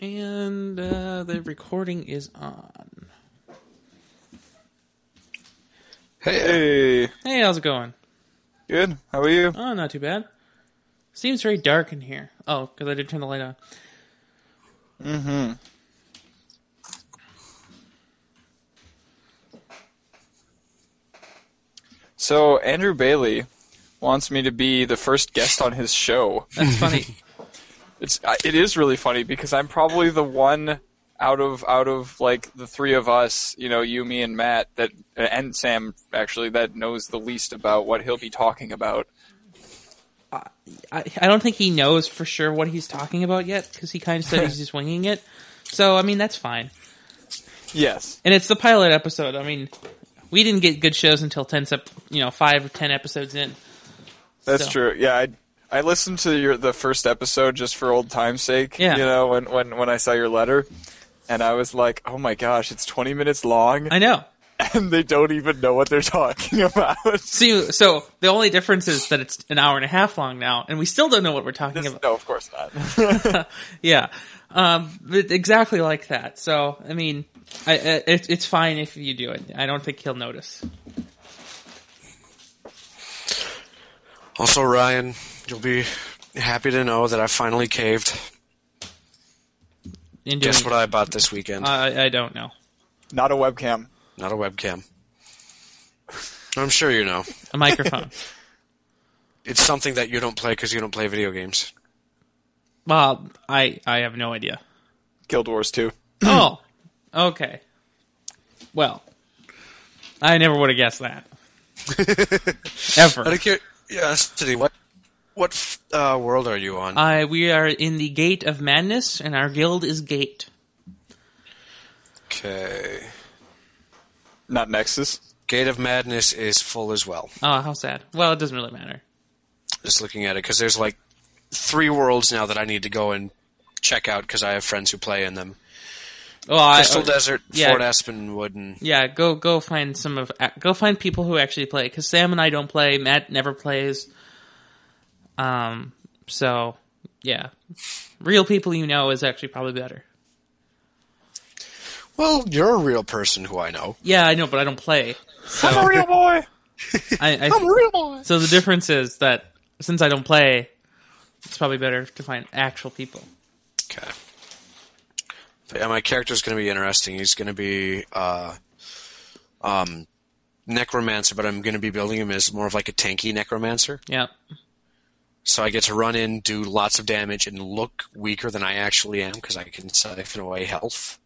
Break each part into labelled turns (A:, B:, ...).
A: And uh, the recording is on.
B: Hey,
A: Hey, how's it going?
B: good. How are you?
A: Oh, not too bad. Seems very dark in here. Oh, because I did turn the light on.
B: So Andrew Bailey wants me to be the first guest on his show.
A: That's funny.
B: It's I- it is really funny because I'm probably the one out of out of like the three of us, you know, you, me, and Matt that and Sam actually that knows the least about what he'll be talking about.
A: I, I don't think he knows for sure what he's talking about yet because he kind of said he's just winging it. So I mean, that's fine.
B: Yes.
A: And it's the pilot episode. I mean, we didn't get good shows until ten, sep- you know, five or ten episodes in.
B: That's
A: So-
B: true. Yeah, I I listened to your the first episode just for old time's sake.
A: Yeah.
B: You know, when when when I saw your letter, and I was like, oh my gosh, it's 20 minutes long,
A: I know.
B: and they don't even know what they're talking about.
A: See, so the only difference is that it's an hour and a half long now, and we still don't know what we're talking about.
B: No, of course not.
A: yeah, um, but exactly like that. So I mean, I, I, it, it's fine if you do it. I don't think he'll notice.
C: Also, Ryan, you'll be happy to know that I finally caved.
A: In doing,
C: Guess what I bought this weekend?
A: I, I don't know.
B: not a webcam.
C: Not a webcam. I'm sure you know.
A: A microphone.
C: It's something that you don't play because you don't play video games.
A: well, I I have no idea.
B: Guild Wars 2.
A: oh, okay. Well, I never would have guessed that.
C: Out
A: Ever.
C: of cur- curiosity, what what f- uh, world are you on?
A: I we are in the gate of madness, and our guild is gate.
C: Okay,
B: Not Nexus.
C: Gate of Madness is full as well.
A: Oh, how sad. Well, it doesn't really matter.
C: Just looking at it because there's like three worlds now that I need to go and check out because I have friends who play in them.
A: Well, I, uh,
C: Crystal Desert,
A: yeah.
C: Fort Aspenwood, and
A: Yeah, go go find some of go find people who actually play because Sam and I don't play. Matt never plays. Um. So yeah, real people you know is actually probably better.
C: well, you're a real person who I know.
A: Yeah, I know, but I don't play.
B: I'm a real boy!
A: I, I
C: real boy.
A: so the difference is that since I don't play, it's probably better to find actual people.
C: Okay. But yeah, my character's going to be interesting. He's going to be uh, um, necromancer, but I'm going to be building him as more of like a tanky necromancer.
A: Yeah,
C: So I get to run in, do lots of damage, and look weaker than I actually am because I can siphon away health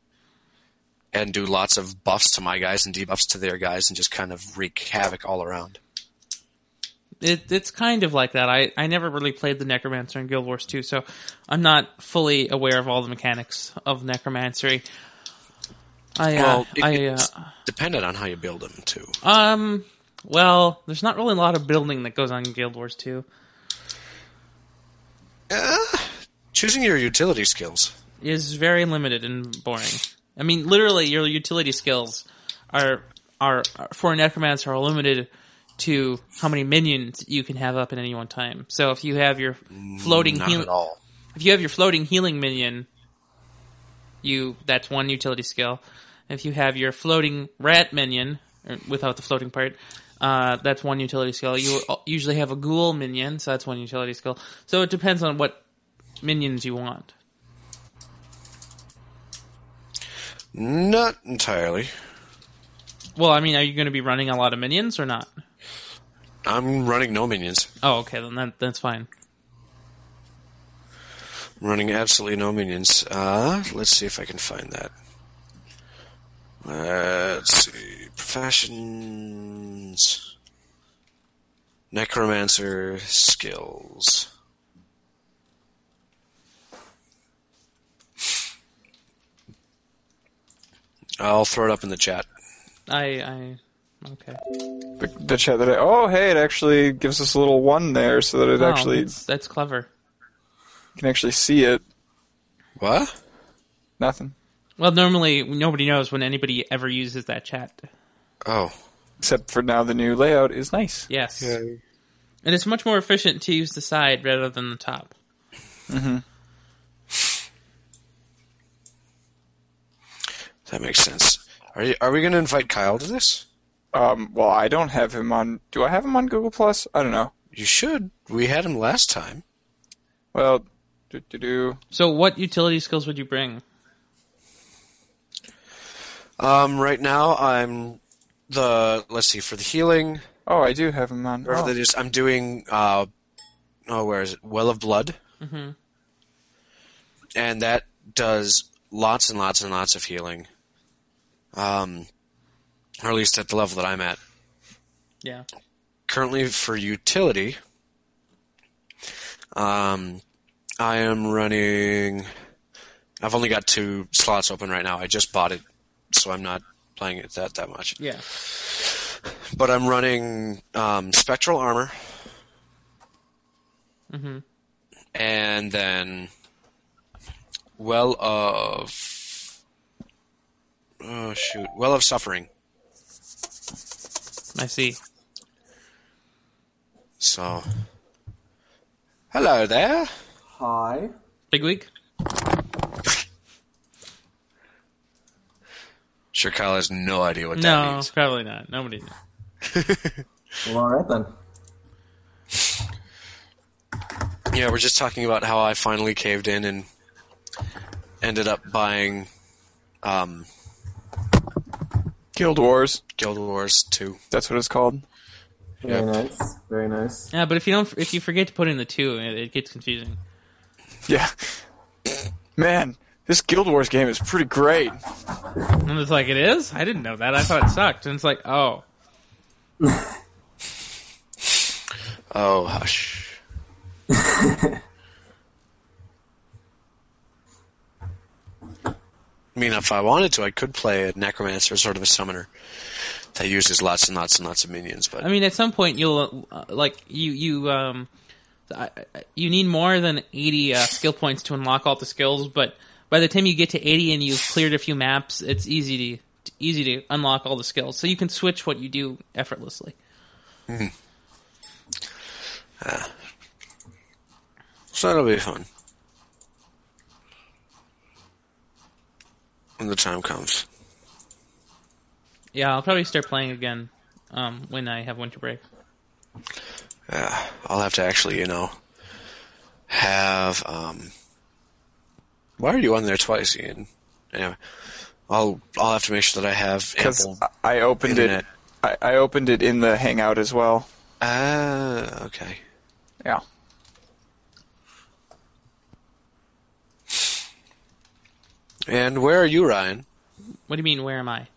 C: and do lots of buffs to my guys and debuffs to their guys and just kind of wreak havoc all around.
A: it it's kind of like that. I I never really played the Necromancer in Guild Wars 2, so I'm not fully aware of all the mechanics of Necromancy. I uh,
C: Well, it-
A: I. Uh,
C: it's dependent on how you build him too.
A: Um, well, there's not really a lot of building that goes on in Guild Wars 2.
C: Choosing your utility skills.
A: It is very limited and boring. I mean, literally, your utility skills are, are, are for a necromancer are limited to how many minions you can have up at any one time. So if you have your floating
C: Mm, Not
A: healing,
C: at all.
A: if you have your floating healing minion, you that's one utility skill. If you have your floating rat minion or without the floating part, uh, that's one utility skill. You usually have a ghoul minion, so that's one utility skill. So it depends on what minions you want.
C: Not entirely.
A: Well, I mean, are you going to be running a lot of minions or not?
C: I'm running no minions.
A: Oh, okay, then that, that's fine.
C: I'm running absolutely no minions. Uh, let's see if I can find that. Let's see. Professions. Necromancer skills. I'll throw it up in the chat.
A: I, I, okay.
B: The, the chat that I, oh, hey, it actually gives us a little one there so that it
A: Wow,
B: actually
A: Oh, that's, that's clever.
B: can actually see it.
C: What?
B: Nothing.
A: Well, normally nobody knows when anybody ever uses that chat.
C: Oh.
B: Except for now the new layout is nice.
A: Yes. And it's much more efficient to use the side rather than the top.
C: That makes sense. Are you, are we going to invite Kyle to this?
B: Um, well, I don't have him on. Do I have him on Google Plus? I don't know.
C: You should. We had him last time.
B: Well, do do do.
A: So, what utility skills would you bring?
C: Um, right now I'm the let's see for the healing.
B: Oh, I do have him on.
C: Or
B: Oh.
C: that is, I'm doing. Uh, oh, where is it? Well of Blood,
A: hmm
C: and that does lots and lots and lots of healing. Um, or at least at the level that I'm at
A: Yeah.
C: currently. For utility, um, I am running. I've only got two slots open right now. I just bought it, so I'm not playing it that that much.
A: Yeah.
C: But I'm running um, Spectral Armor.
A: hmm
C: and then well of oh shoot well of suffering
A: I see.
C: so hello there
D: Hi.
A: Big week.
C: sure kyle has no idea what that
A: No,
C: means
A: probably not. Nobody. knows.
D: Well, all right then.
C: yeah we're just talking about how i finally caved in and ended up buying um,
B: Guild Wars.
C: guild wars 2
B: That's what it's called.
D: Very nice. Very nice.
A: Yeah, but if you don't, if you forget to put in the two, it, it gets confusing.
B: Yeah. Man, this Guild Wars game is pretty great.
A: And it's like, it is? I didn't know that. I thought it sucked. And it's like, oh,
C: oh hush I mean, if I wanted to, I could play a necromancer, sort of a summoner that uses lots and lots and lots of minions. But
A: I mean, at some point you'll uh, like you you um I- I- you need more than eighty uh, skill points to unlock all the skills, but by the time you get to eighty and you've cleared a few maps, it's easy to easy to unlock all the skills, so you can switch what you do effortlessly.
C: So that'll be fun. When the time comes.
A: Yeah, I'll probably start playing again um, when I have winter break.
C: Yeah. I'll have to actually, you know, have um why are you on there twice, Ian? Anyway. I'll I'll have to make sure that I have
B: Because
C: ample
B: I opened it.
C: Internet.
B: I, I opened it in the Hangout as well.
C: Ah, okay.
B: Yeah.
C: And where are you, Ryan?
A: What do you mean? Where am I?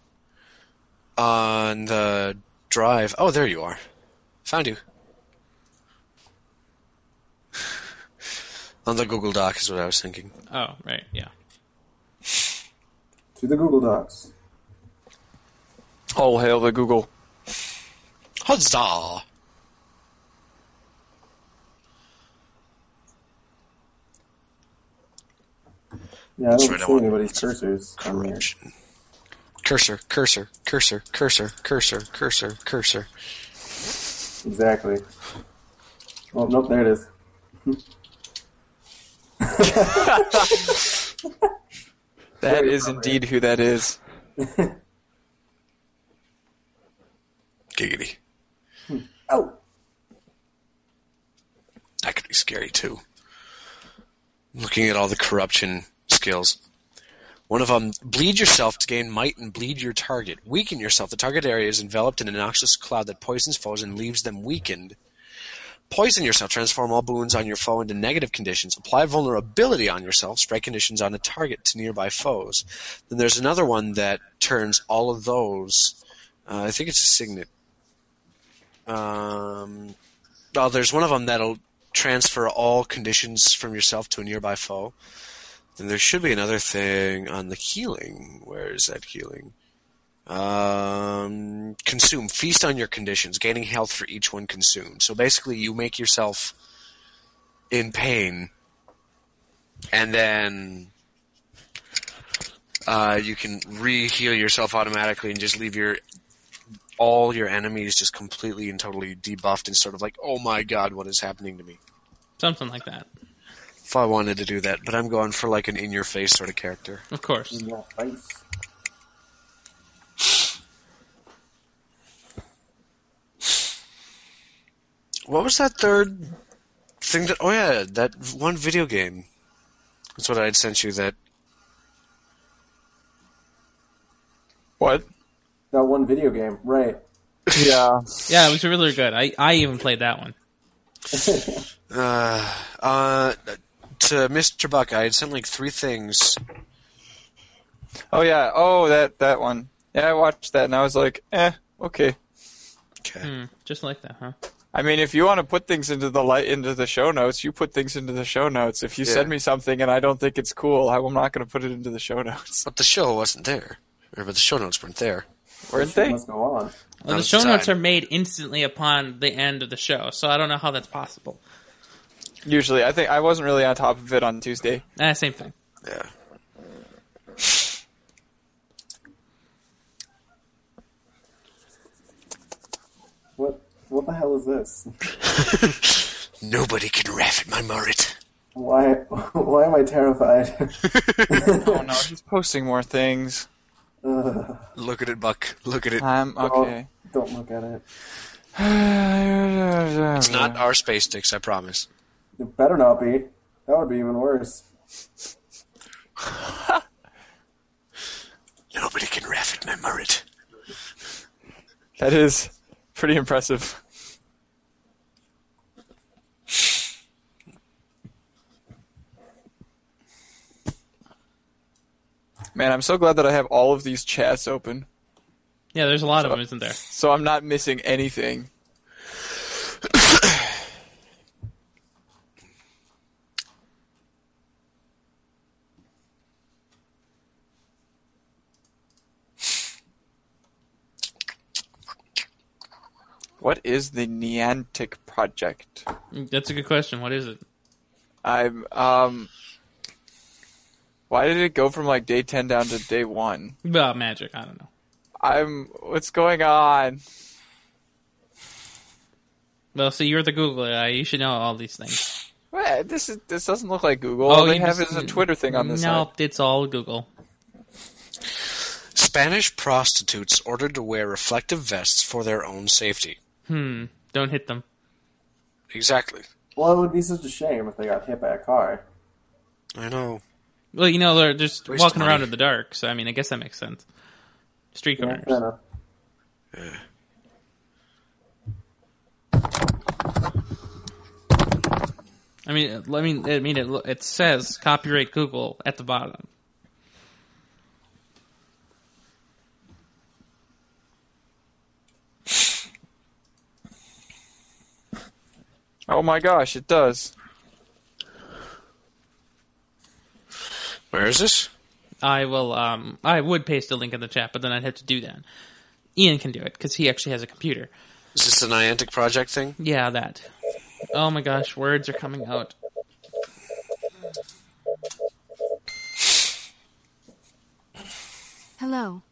C: On the drive. Oh, there you are. Found you. On the Google Doc is what I was thinking.
A: Oh, right, yeah.
D: To the Google Docs.
B: All hail Oh, the Google.
C: Huzzah!
D: Yeah, I
C: That's
D: don't
C: right, I
D: see
C: want-
D: anybody's cursors on here.
C: Corruption. Cursor, cursor, cursor, cursor, cursor, cursor, cursor.
D: Exactly. Oh, nope, there it is.
B: That is indeed who that is.
C: Giggity.
D: Oh!
C: That could be scary too. Looking at all the corruption skills. One of them, bleed yourself to gain might and bleed your target. Weaken yourself. The target area is enveloped in a noxious cloud that poisons foes and leaves them weakened. Poison yourself. Transform all boons on your foe into negative conditions. Apply vulnerability on yourself. Spread conditions on a target to nearby foes. Then there's another one that turns all of those. Uh, I think it's a signet. Um, well, there's one of them that'll transfer all conditions from yourself to a nearby foe. Then there should be another thing on the healing. Where is that healing? Um, consume. Feast on your conditions, gaining health for each one consumed. So basically, you make yourself in pain, and then uh, you can re-heal yourself automatically and just leave your all your enemies just completely and totally debuffed and sort of like, oh my god, what is happening to me?
A: Something like that.
C: If I wanted to do that, but I'm going for like an in your face sort of character.
A: Of course.
D: In your face.
C: What was that third thing that? Oh yeah, that one video game. That's what I had sent you. That
B: What?
D: That one video game, right?
B: Yeah.
A: Yeah, it was really good. I, I even played that one.
C: uh, uh, to Mr. Buck, I had sent like three things.
B: Oh yeah. Oh that that one. Yeah, I watched that and I was like, eh, okay.
C: Okay.
A: Hmm, just like that, huh?
B: I mean, if you want to put things into the light into the show notes, you put things into the show notes. If you
C: Yeah.
B: send me something and I don't think it's cool, I'm not going to put it into the show notes.
C: But the show wasn't there. Or, but the show notes weren't there.
B: Weren't
D: It
B: they?
D: must go on.
A: Well, the
C: Not at
A: show
C: the
A: notes are
C: time.
A: made instantly upon the end of the show, so I don't know how that's possible.
B: Usually, I think I wasn't really on top of it on Tuesday.
A: Ah, same thing.
C: Yeah.
D: What? What the hell is this?
C: Nobody can laugh at my mullet.
D: Why? Why am I terrified?
B: Oh no, he's posting more things.
D: Ugh, Oh,
C: Look at it, Buck. Look at it.
B: I'm okay.
D: don't look at it.
B: It's
C: It's not our space sticks, I promise.
D: It better not be. That would be even worse.
C: Nobody can laugh at my mullet.
B: That is pretty impressive. Man, I'm so glad that I have all of these chats open,
A: Yeah, there's a lot of them, isn't there?
B: so I'm not missing anything. What is the Neantic project?
A: That's a good question. What is it?
B: I'm um. Why did it go from like day ten down to day one?
A: Well, magic. I don't know.
B: I'm. What's going on?
A: Well, see, you're the Google guy. You should know all these things.
B: Well, this is this doesn't look like Google. All they
A: Oh, you
B: have
A: just-
B: is a Twitter thing on this.
A: Nope, it's all Google.
C: Spanish prostitutes ordered to wear reflective vests for their own safety.
A: Hmm. Don't hit them.
C: Exactly.
D: Well, it would be such a shame if they got hit by a car.
C: I know.
A: Well, you know, they're just
C: Waste
A: walking
C: money.
A: around in the dark, so I mean, I guess that makes sense. Street
D: Yeah,
A: corners.
D: fair enough.
A: I mean, I mean, I mean, it, lo- it says copyright Google at the bottom.
B: Oh my gosh, it does.
C: Where is this?
A: I will. Um, I would paste a link in the chat, but then I'd have to do that. Ian can do it because he actually has a computer.
C: Is this the Niantic Project thing?
A: Yeah, that. Oh my gosh, words are coming out.
E: Hello.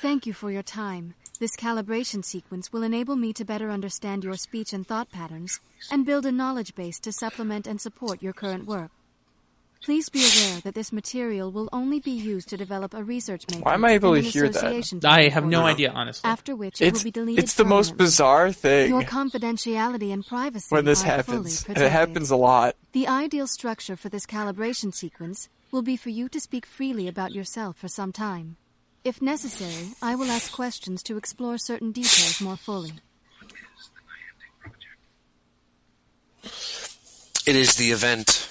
E: Thank you for your time. This calibration sequence will enable me to better understand your speech and thought patterns and build a knowledge base to supplement and support your current work. Please be aware that this material will only be used to develop a research matrix.
B: Why am I able
E: and
B: to
E: an
B: hear that?
E: association
A: I have no
E: formula,
A: idea, honestly.
E: After which it
B: It's
E: will be deleted.
B: it's the most
E: permanently.
B: bizarre
E: Your
B: thing
E: confidentiality and privacy
B: when this
E: are
B: happens,
E: fully
B: and it
E: protected.
B: happens a lot.
E: The ideal structure for this calibration sequence will be for you to speak freely about yourself for some time. If necessary, I will ask questions to explore certain details more fully.
C: It is the event.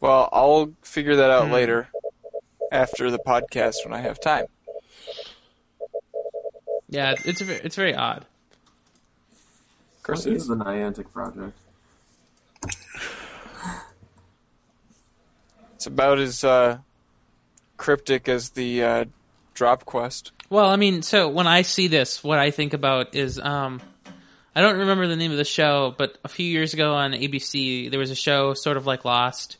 B: Well, I'll figure that
A: Hmm.
B: out later after the podcast when I have time.
A: Yeah, it's- it's ve- it's very odd.
B: Of course,
D: What
B: it
D: is
B: is.
D: the Niantic project?
B: it's about as uh, cryptic as the uh, drop quest.
A: Well, I mean, so when I see this, what I think about is um, I don't remember the name of the show, but a few years ago on ABC, there was a show sort of like Lost,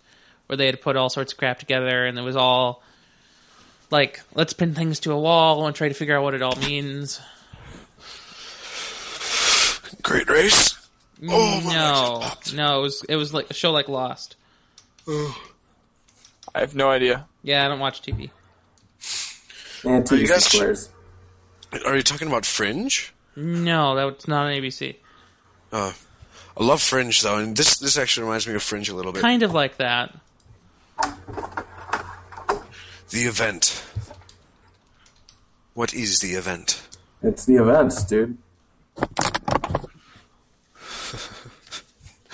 A: where they had put all sorts of crap together, and it was all like, let's pin things to a wall and try to figure out what it all means.
C: Great race. Oh, my
A: no, no, it was it was like a show like Lost.
B: I have no idea.
A: Yeah, I don't watch TV.
D: And
C: Are you
D: TVC
C: guys-
D: squares.
C: Are you talking about Fringe?
A: No, that was not on ABC.
C: Uh, I love Fringe though, and this this actually reminds me of Fringe a little bit.
A: Kind of like that.
C: The event. What is the event?
D: It's the events, dude.
C: I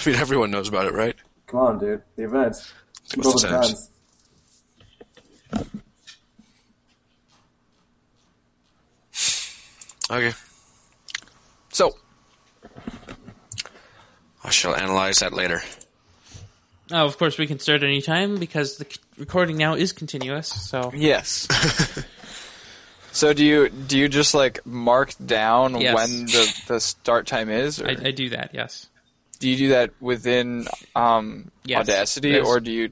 C: mean, everyone knows about it, right?
D: Come on, dude. The events.
C: What's
D: Both
C: the times?
D: times.
C: Okay,
B: So,
C: I shall analyze that later.
A: Oh, of course, we can start any time because the c- recording now is continuous. So
B: yes. so do you do you just like mark down
A: Yes.
B: when the, the start time is? Or
A: I, I do that. Yes,
B: do you do that within um,
A: Yes,
B: Audacity,
A: there's-
B: or do you?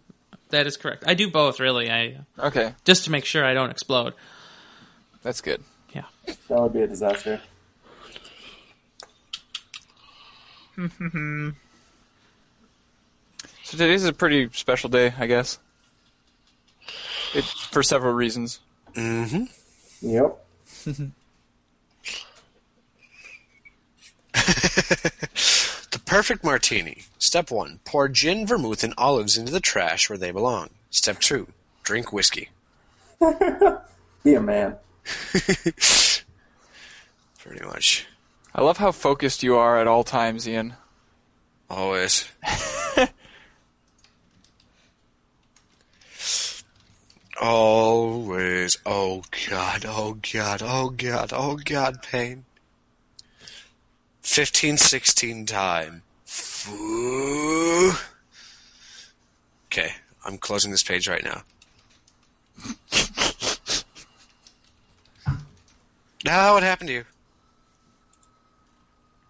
A: that is correct. I do both, really. I
B: Okay,
A: just to make sure I don't explode.
B: that's good.
A: Yeah.
D: That would be a disaster.
B: So today's a pretty special day, I guess. It for several reasons.
C: Mm-hmm.
D: Yep.
C: The perfect martini. Step one: pour gin, vermouth, and olives into the trash where they belong. Step two: drink whiskey.
D: Be a man.
C: Pretty much
B: I love how focused you are at all times, Ian.
C: always. always. Oh god. Oh god. Oh god. Oh god. Pain. Fifteen, sixteen time. Foo. Okay, I'm closing this page right now. now, what happened to you?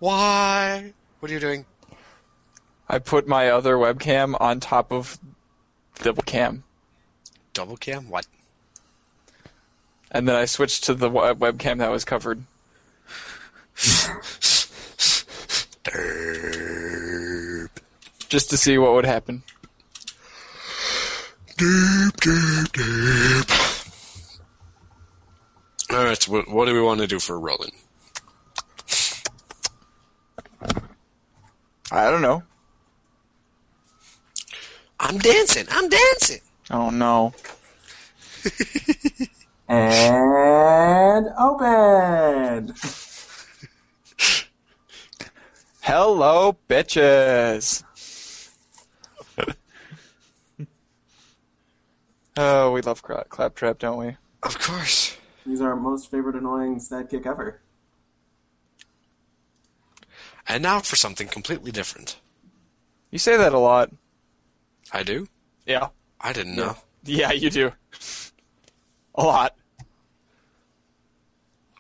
C: Why? What are you doing?
B: I put my other webcam on top of the webcam,
C: Double cam? What?
B: and then I switched to the web- webcam that was covered.
C: Derp.
B: just to see what would happen.
C: Derp, derp, derp. All right, so what, what do we want to do for Roland?
B: I don't know.
C: I'm dancing. I'm dancing.
B: Oh no.
D: And open.
B: Hello, bitches. oh, we love cra- claptrap, don't we?
C: Of course.
D: These are our most favorite annoying sidekick ever.
C: And now for something completely different.
B: You say that a lot.
C: I do?
B: Yeah.
C: I didn't know.
B: Yeah, you do. A lot.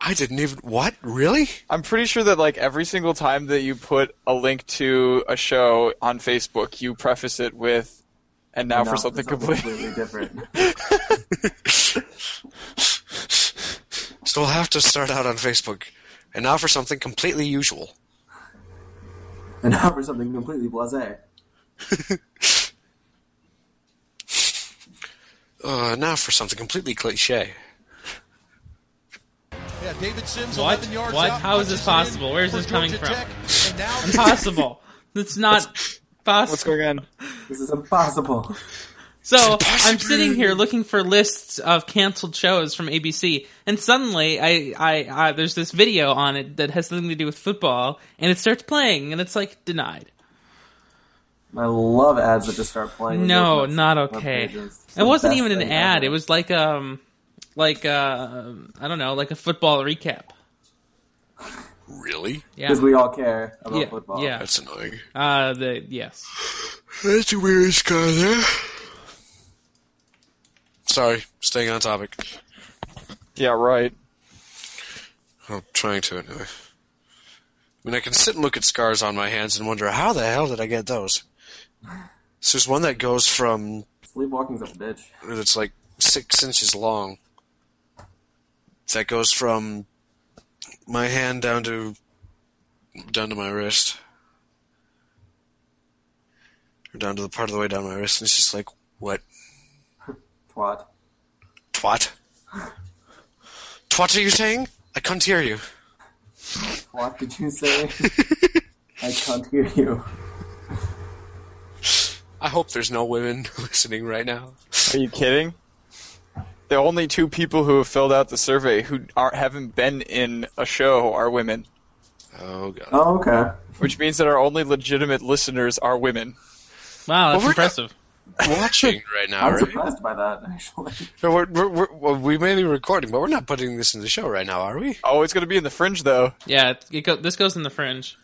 C: I didn't even. What? Really?
B: I'm pretty sure that like every single time that you put a link to a show on Facebook, you preface it with, "And now for
D: No,
B: something completely."
D: completely different.
C: So we'll have to start out on Facebook. And now for something completely usual.
D: and now for something completely blasé.
C: Uh, now for something completely cliche.
F: Yeah, David Sims,
A: What?
F: 11 yards
A: What?
F: out,
A: How is this
F: punches it in
A: possible? Where is
F: for
A: this coming
F: Georgia
A: from?
F: Tech, and now-
A: Impossible. That's not
B: What's
A: possible.
B: going on?
D: This is impossible.
A: So I'm sitting here looking for lists of canceled shows from ABC, and suddenly I, I, I there's this video on it that has something to do with football, and it starts playing, and it's like denied.
D: I love ads that just start playing. when you
A: No,
D: open up
A: not
D: web
A: okay.
D: pages. It's
A: It
D: the
A: wasn't
D: best
A: even an
D: thing
A: ad.
D: ever.
A: It was like um, like uh, I don't know, like a football recap.
C: Really?
A: Yeah,
D: because we all care about
A: yeah,
D: football.
A: yeah.
C: That's annoying.
A: Uh, the yes.
C: That's the weirdest guy there. Sorry, staying on topic.
B: Yeah, right.
C: I'm trying to anyway. I mean, I can sit and look at scars on my hands and wonder how the hell did I get those. So there's one that goes from
D: Sleepwalking's a bitch.
C: it's like six inches long. That goes from my hand down to down to my wrist, or down to the part of the way down my wrist, and it's just like what
D: Twat.
C: twat? Twat? Are you saying? I can't hear you.
D: What did you say? I can't hear you.
C: I hope there's no women listening right now.
B: Are you kidding? The only two people who have filled out the survey who aren't, haven't been in a show are women,
C: Oh god.
D: Oh, okay.
B: which means that our only legitimate listeners are women.
A: Wow, that's
C: we're-
A: impressive.
C: Watching right now,
D: I'm
C: right?
D: surprised by that, actually.
C: No, we're, we're, we're, well, we may be recording, but we're not putting this in the show right now, are we?
B: Oh, it's going to be in the fringe though.
A: Yeah, it, it go, this goes in the fringe.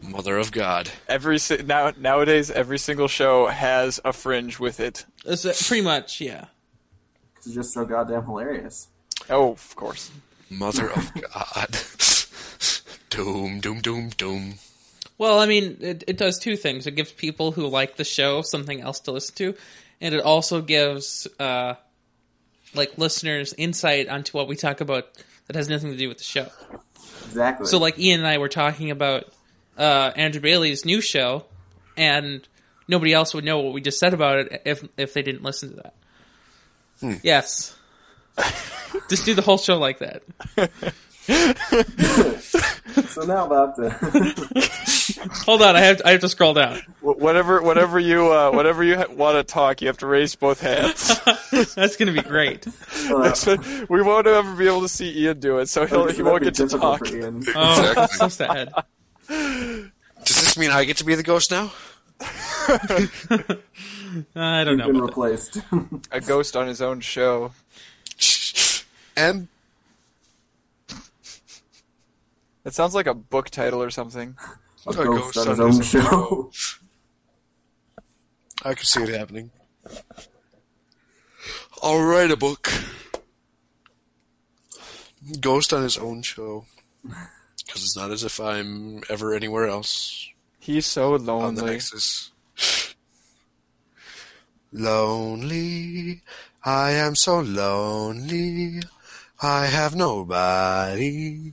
C: Mother of God.
B: Every si- now nowadays, every single show has a fringe with it.
A: It's, uh, pretty much, yeah.
D: It's just so goddamn hilarious.
B: Oh, of course.
C: Mother of God. doom, doom, doom, doom.
A: Well, I mean, it, it does two things. It gives people who like the show something else to listen to, and it also gives uh, like listeners insight onto what we talk about that has nothing to do with the show.
D: Exactly.
A: So, like Ian and I were talking about uh, Andrew Bailey's new show, and nobody else would know what we just said about it if if they didn't listen to that. Yes, just do the whole show like that.
D: So now about the.
A: Hold on, I have to, I have to scroll down.
B: Wh- Whatever, whatever you, uh, whatever you ha- want to talk, you have to raise both hands.
A: That's gonna be great.
B: So we won't ever be able to see Ian do it, so he'll, he won't get to talk.
A: Oh, so sad.
C: Does this mean I get to be the ghost now?
A: I don't know. About
D: Been
A: that.
D: replaced.
B: A ghost on his own show.
C: M.
B: That sounds like a book title or something.
D: a
C: A
D: ghost
C: ghost
D: on his
C: on
D: own
C: his
D: show.
C: I could see it happening. I'll write a book. Ghost on his own show. Because it's not as if I'm ever anywhere else
B: He's so
C: on the
B: lonely.
C: Nexus. Lonely. I am so lonely. I have nobody.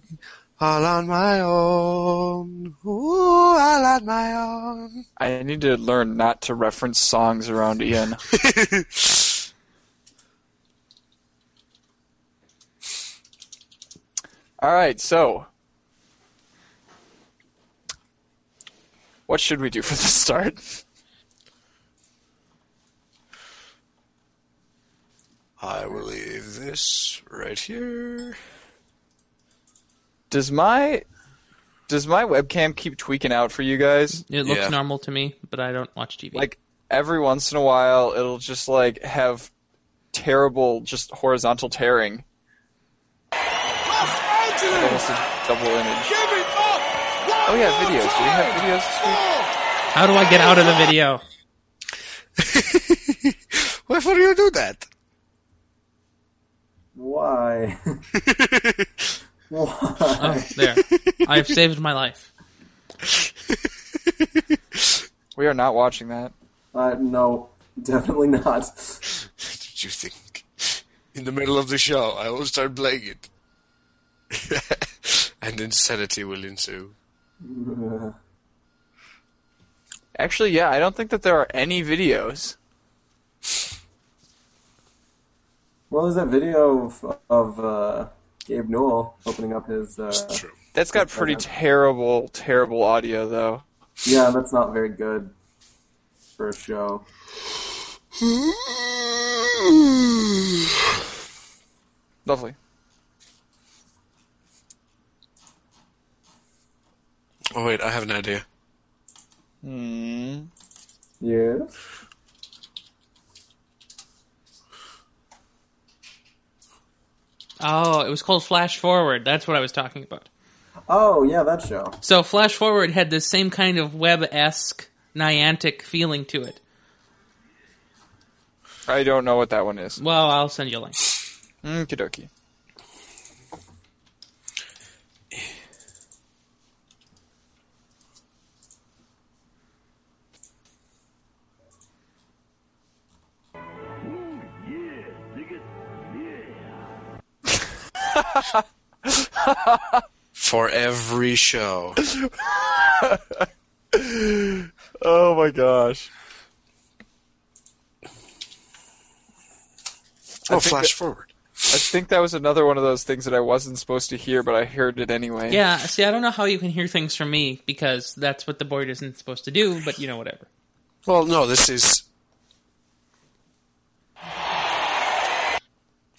C: All on my own. Ooh, all on my own.
B: I need to learn not to reference songs around Ian. All right, so what should we do for the start?
C: I will leave this right here.
B: Does my does my webcam keep tweaking out for you guys?
A: It looks
C: Yeah.
A: normal to me, but I don't watch TV.
B: Like every once in a while, it'll just like have terrible, just horizontal tearing. Almost a double image. Oh yeah, videos. Do we have videos? this week?
A: how do I get out of the video?
C: Why would you do that?
D: Why? Why?
A: Oh, there. I've saved my life.
B: We are not watching that.
D: Uh, no, definitely not.
C: Did you think? In the middle of the show, I will start playing it. and insanity will ensue.
B: Actually, yeah, I don't think that there are any videos.
D: Well, there's that video of, of uh, Gabe Newell opening up his. Uh,
B: That's got pretty terrible, terrible audio though.
D: yeah, that's not very good for a show.
B: Lovely.
C: Oh, wait, I have an idea.
D: Yeah.
A: Oh, it was called Flash Forward. That's what I was talking about.
D: Oh, yeah, that show.
A: So Flash Forward had this same kind of web esque Niantic feeling to it.
B: I don't know what that one is.
A: Well, I'll send you a link.
B: Mm, Kidoki.
C: For every show.
B: Oh my gosh.
C: Oh, flash forward.
B: I think that was another one of those things that I wasn't supposed to hear, but I heard it anyway.
A: Yeah, see, I don't know how you can hear things from me because that's what the board isn't supposed to do, but you know, whatever.
C: Well, no, this is.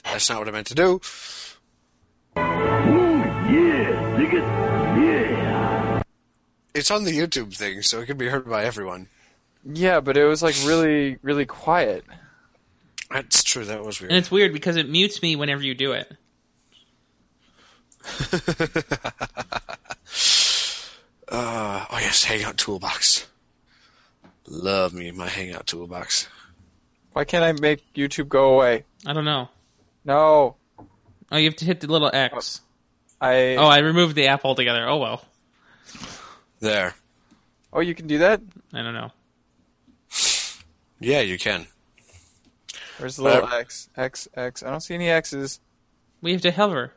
C: That's not what I meant to do.
F: Ooh, yeah, nigga, yeah.
C: It's on the YouTube thing, so it can be heard by everyone.
B: Yeah, but it was like really, really quiet.
C: That's true. That was
A: And
C: weird.
A: it's weird because it mutes me whenever you do it.
C: Uh, oh yes, Hangout Toolbox. Love me my Hangout Toolbox.
B: Why can't I make YouTube go away?
A: I don't know.
B: No,
A: Oh, you have to hit the little X.
B: I.
A: Oh, I removed the app altogether. Oh well.
C: There.
B: oh, you can do that.
A: I don't know.
C: Yeah, you can.
B: Where's the little
C: Uh,
B: X? X X. I don't see any X's.
A: We have to hover.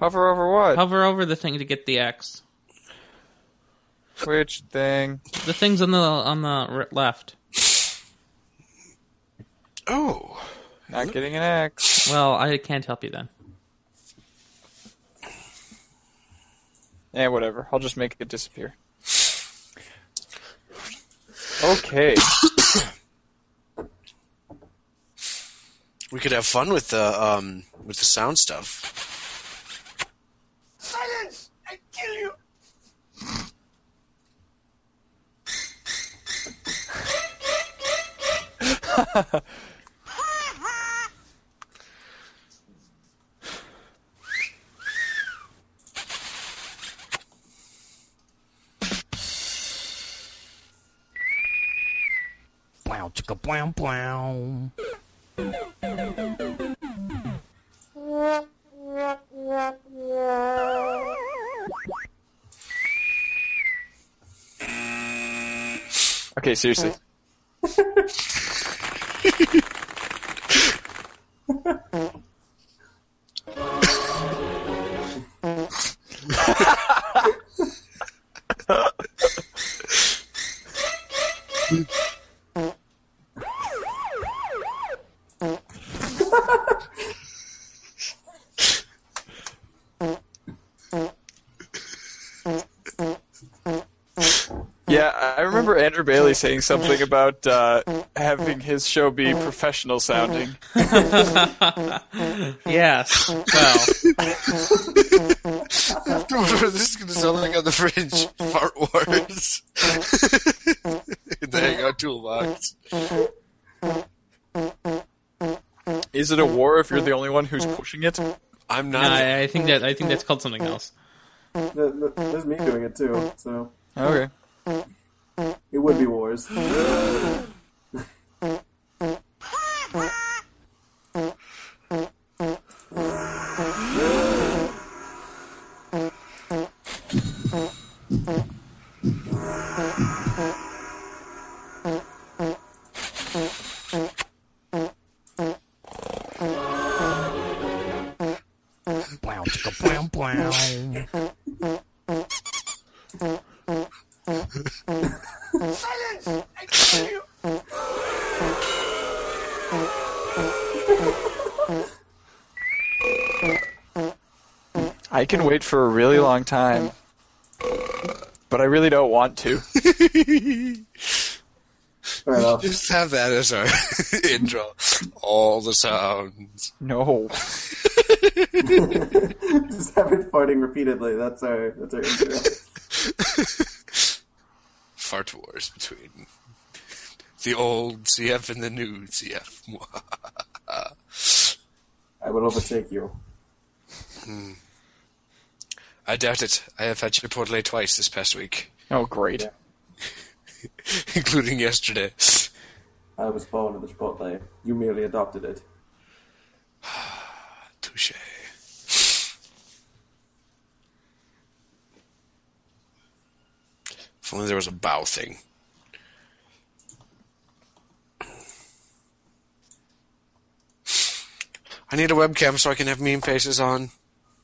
B: Hover over what?
A: Hover over the thing to get the X.
B: Which thing?
A: The thing's on the on the r- left.
C: Oh,
B: Not getting an X.
A: Well, I can't help you then.
B: Eh, whatever. I'll just make it disappear. Okay.
C: we could have fun with the um with the sound stuff.
F: Silence! I kill you!
G: Blow, chicka, blow, blow.
B: Okay. Seriously. Yeah, I I remember Andrew Bailey saying something about uh, having his show be professional sounding.
A: Yes. Well,
C: this is gonna sound like on the fringe fart wars. In the Hangout Toolbox.
B: Is it a war if you're the only one who's pushing it?
C: I'm
A: no,
C: not.
A: I, I think that I think that's called something else.
D: Th- th- There's me doing it too, so
B: Okay.
D: it would be wars.
G: Blow, chicka, blow, blow.
F: Silence! I kill you!
B: I can wait for a really long time, but I really don't want to.
D: Fair enough.
C: Just have that as our intro. All the sounds.
B: No.
D: Just have it farting repeatedly. That's our that's our intro.
C: Fart wars between the old CF and the new CF.
D: I will overtake you.
C: I doubt it. I have had Chipotle twice this past week,
B: Oh, great.
C: including yesterday.
D: I was born with a Chipotle. You merely adopted it.
C: Touche. If only there was a bow thing. I need a webcam so I can have meme faces on.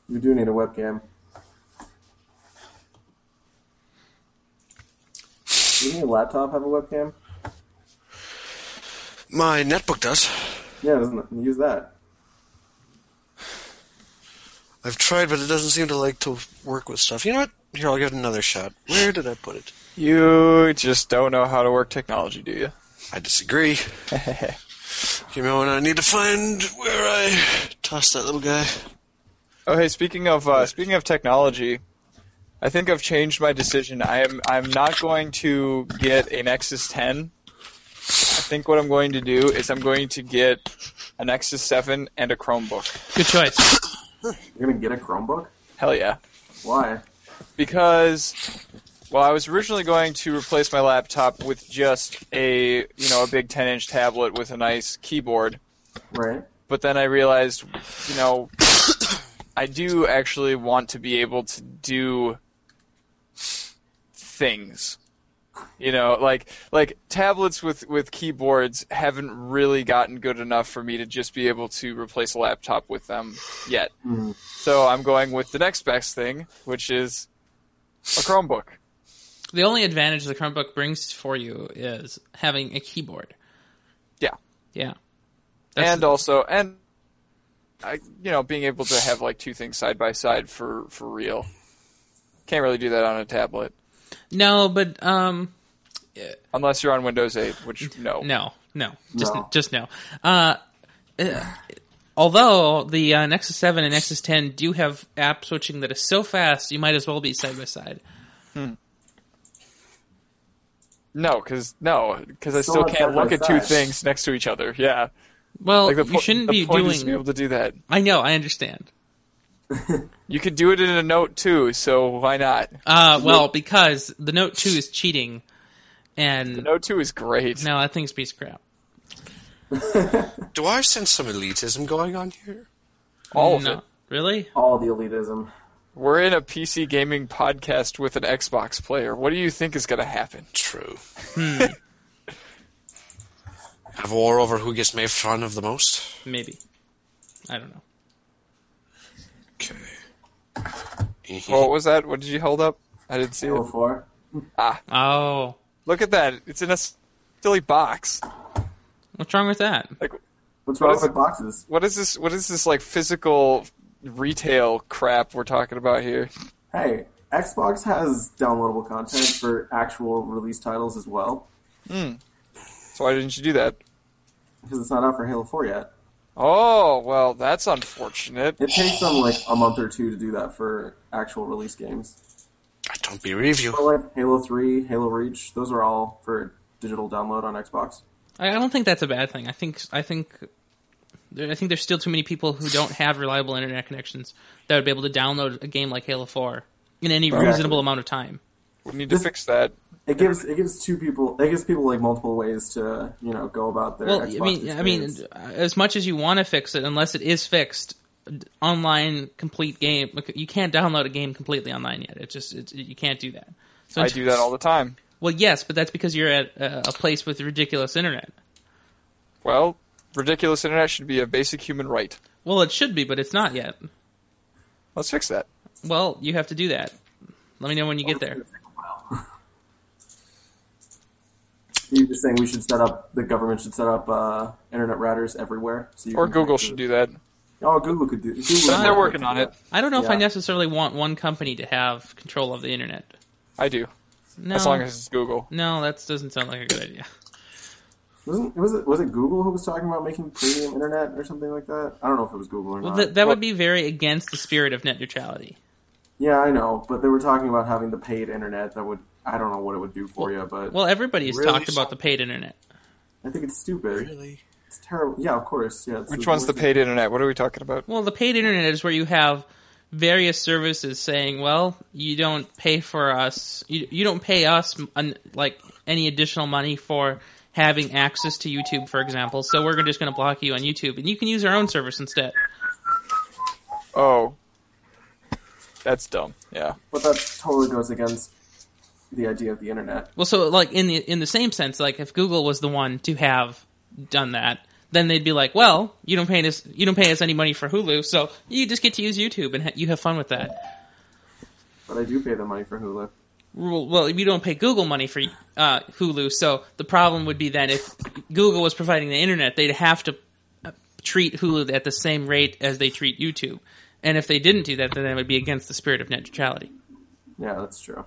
D: You do need a webcam. Doesn't your laptop have a webcam?
C: My netbook does.
D: Yeah, doesn't it? Use that.
C: I've tried, but it doesn't seem to like to work with stuff. You know what? Here, I'll give it another shot. Where did I put it?
B: You just don't know how to work technology, do you?
C: I disagree. you know, and I need to find where I tossed that little guy.
B: Oh, hey, speaking of uh, speaking of technology, I think I've changed my decision. I am I'm not going to get a Nexus 10. I think what I'm going to do is I'm going to get a Nexus 7 and a Chromebook.
A: Good choice.
D: You're gonna get a Chromebook?
B: Hell yeah.
D: Why?
B: because well i was originally going to replace my laptop with just a you know a big 10 inch tablet with a nice keyboard
D: Right.
B: but then i realized you know i do actually want to be able to do things you know like like tablets with with keyboards haven't really gotten good enough for me to just be able to replace a laptop with them yet so i'm going with the next best thing which is a chromebook
A: The only advantage the Chromebook brings for you is having a keyboard.
B: Yeah,
A: Yeah.
B: and also and I, you know, being able to have like two things side by side for for real. Can't really do that on a tablet
A: No, but um,
B: unless you're on Windows 8, which no,
A: no, no, just
D: No.
A: just no. Uh, uh, although the uh, Nexus Seven and Nexus Ten do have app switching that is so fast, you might as well be side by side.
B: no, because no, because I
D: Still
B: still
D: not
B: can't
D: side by
B: look at two
D: side.
B: things next to each other. Yeah,
A: Well,
B: like the
A: you
B: po-
A: shouldn't
B: the
A: be
B: point is to be
A: doing.
B: able to do that.
A: I know, I understand.
B: You could do it in a note too, so why not?
A: Uh, well, because the Note Two is cheating, and
B: Note two is great.
A: no, that thing's a piece of crap.
C: Do I sense some elitism going on here?
B: All of
A: no,
B: it.
A: really?
D: All the elitism.
B: We're in a PC gaming podcast with an Xbox player. What do you think is going to happen?
C: True. Have Hmm. a war over who gets made fun of the most?
A: Maybe. I don't know.
C: Okay. Mm-hmm.
B: What was that? What did you hold up? I didn't see it.
D: Before.
A: Oh,
B: Look at that. It's in a silly box.
A: what's wrong with that?
D: What's wrong
B: is
D: with
B: it?
D: boxes?
B: What is this? What is this like physical retail crap we're talking about here?
D: Hey, Xbox has downloadable content for actual release titles as well.
B: So why didn't you do that?
D: Because it's not out for Halo 4 yet.
B: Oh well, that's unfortunate.
D: It takes them like a month or two to do that for actual release games.
C: I don't believe
D: But
C: you.
D: like Halo 3, Halo Reach, those are all for digital download on Xbox.
A: I I don't think that's a bad thing. I think I think there- I think there's still too many people who don't have reliable internet connections that would be able to download a game like Halo 4 in any reasonable amount of time.
B: We need to fix that.
D: It gives it gives two people it gives people like multiple ways to you know go about their.
A: Well,
D: Xbox
A: I mean, I mean, uh,
D: experience.
A: as much as you want to fix it, unless it is fixed, d- online complete game you can't download a game completely online yet. It just it, you can't do that. So
B: I do that all the time.
A: Well, yes, but that's because you're at uh, a, a place with ridiculous internet.
B: Well, ridiculous internet should be a basic human right.
A: Well, it should be, but it's not yet.
B: Let's fix that.
A: Well, you have to do that. Let me know when you get there.
D: you're just saying we should set up the government should set up uh, internet routers everywhere. So you
B: Or
D: can-
B: Google should do that.
D: Oh, Google could do. Google
B: They're working on it.
A: I don't know if I
D: Yeah.
A: necessarily want one company to have control of the internet.
B: I do,
A: No,
B: as long as it's Google.
A: no, that doesn't sound like a good idea.
D: Wasn't, was it was it Google who was talking about making premium internet or something like that? I don't know if it was Google or
A: Well,
B: Uh,
D: not.
A: that that would be very against the spirit of net neutrality.
D: yeah, I know, but they were talking about having the paid internet that would. I don't know what it would do for you, but
A: Well, everybody's
C: Really?
A: talked about the paid internet.
D: I think it's stupid.
C: Really?
D: It's terrible. Yeah, of course. Yeah. it's
B: Which one's the paid internet? What are we talking about?
A: Well, the paid internet is where you have various services saying, "Well, you don't pay for us. You, you don't pay us an, like any additional money for having access to YouTube, for example. So we're just going to block you on YouTube, and you can use our own service instead."
B: Oh, that's dumb. Yeah.
D: But that totally goes against the idea of the internet.
A: Well, so like in the in the same sense, like if Google was the one to have done that, then they'd be like, "Well, you don't pay us you don't pay us any money for Hulu, so you just get to use YouTube and ha- you have fun with that."
D: But I do pay them money for Hulu.
A: Well, well, you don't pay Google money for uh, Hulu, so the problem would be then if Google was providing the internet, they'd have to uh, treat Hulu at the same rate as they treat YouTube, And if they didn't do that, then that would be against the spirit of net neutrality.
D: Yeah, that's true.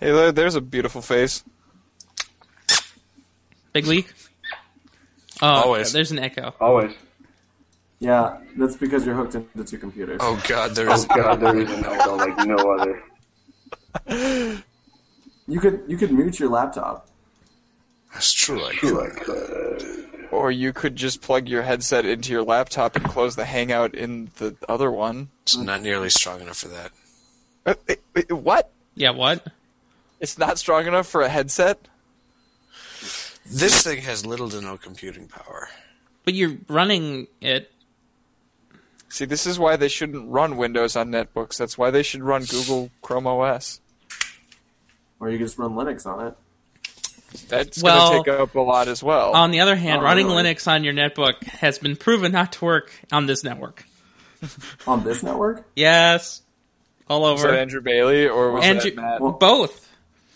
B: Hey, there- there's a beautiful face.
A: Big leak. Oh,
C: Always.
A: there's an echo.
H: Always.
D: Yeah, that's because you're hooked into two computers.
C: Oh God,
H: Oh
C: there's
H: god, there is an Eldo like no other.
D: You could you could mute your laptop.
C: that's true. Like,
H: Like, uh,
B: Or you could just plug your headset into your laptop and close the Hangout in the other one.
C: it's
H: mm-hmm.
C: not nearly strong enough for that.
B: Uh, it- it- What?
A: Yeah, what?
B: It's not strong enough for a headset?
C: This thing has little to no computing power.
A: But you're running it.
B: See, this is why they shouldn't run Windows on netbooks. That's why they should run Google Chrome OS.
D: Or you could just run Linux on it.
B: That's
A: Well,
B: going to take up a lot as well.
A: On the other hand,
D: Oh,
A: running
D: really?
A: Linux on your netbook has been proven not to work on this network.
D: On this network?
A: Yes, all
B: was that
A: over.
B: Andrew Bailey or was
A: Andrew,
B: that Matt?
A: both.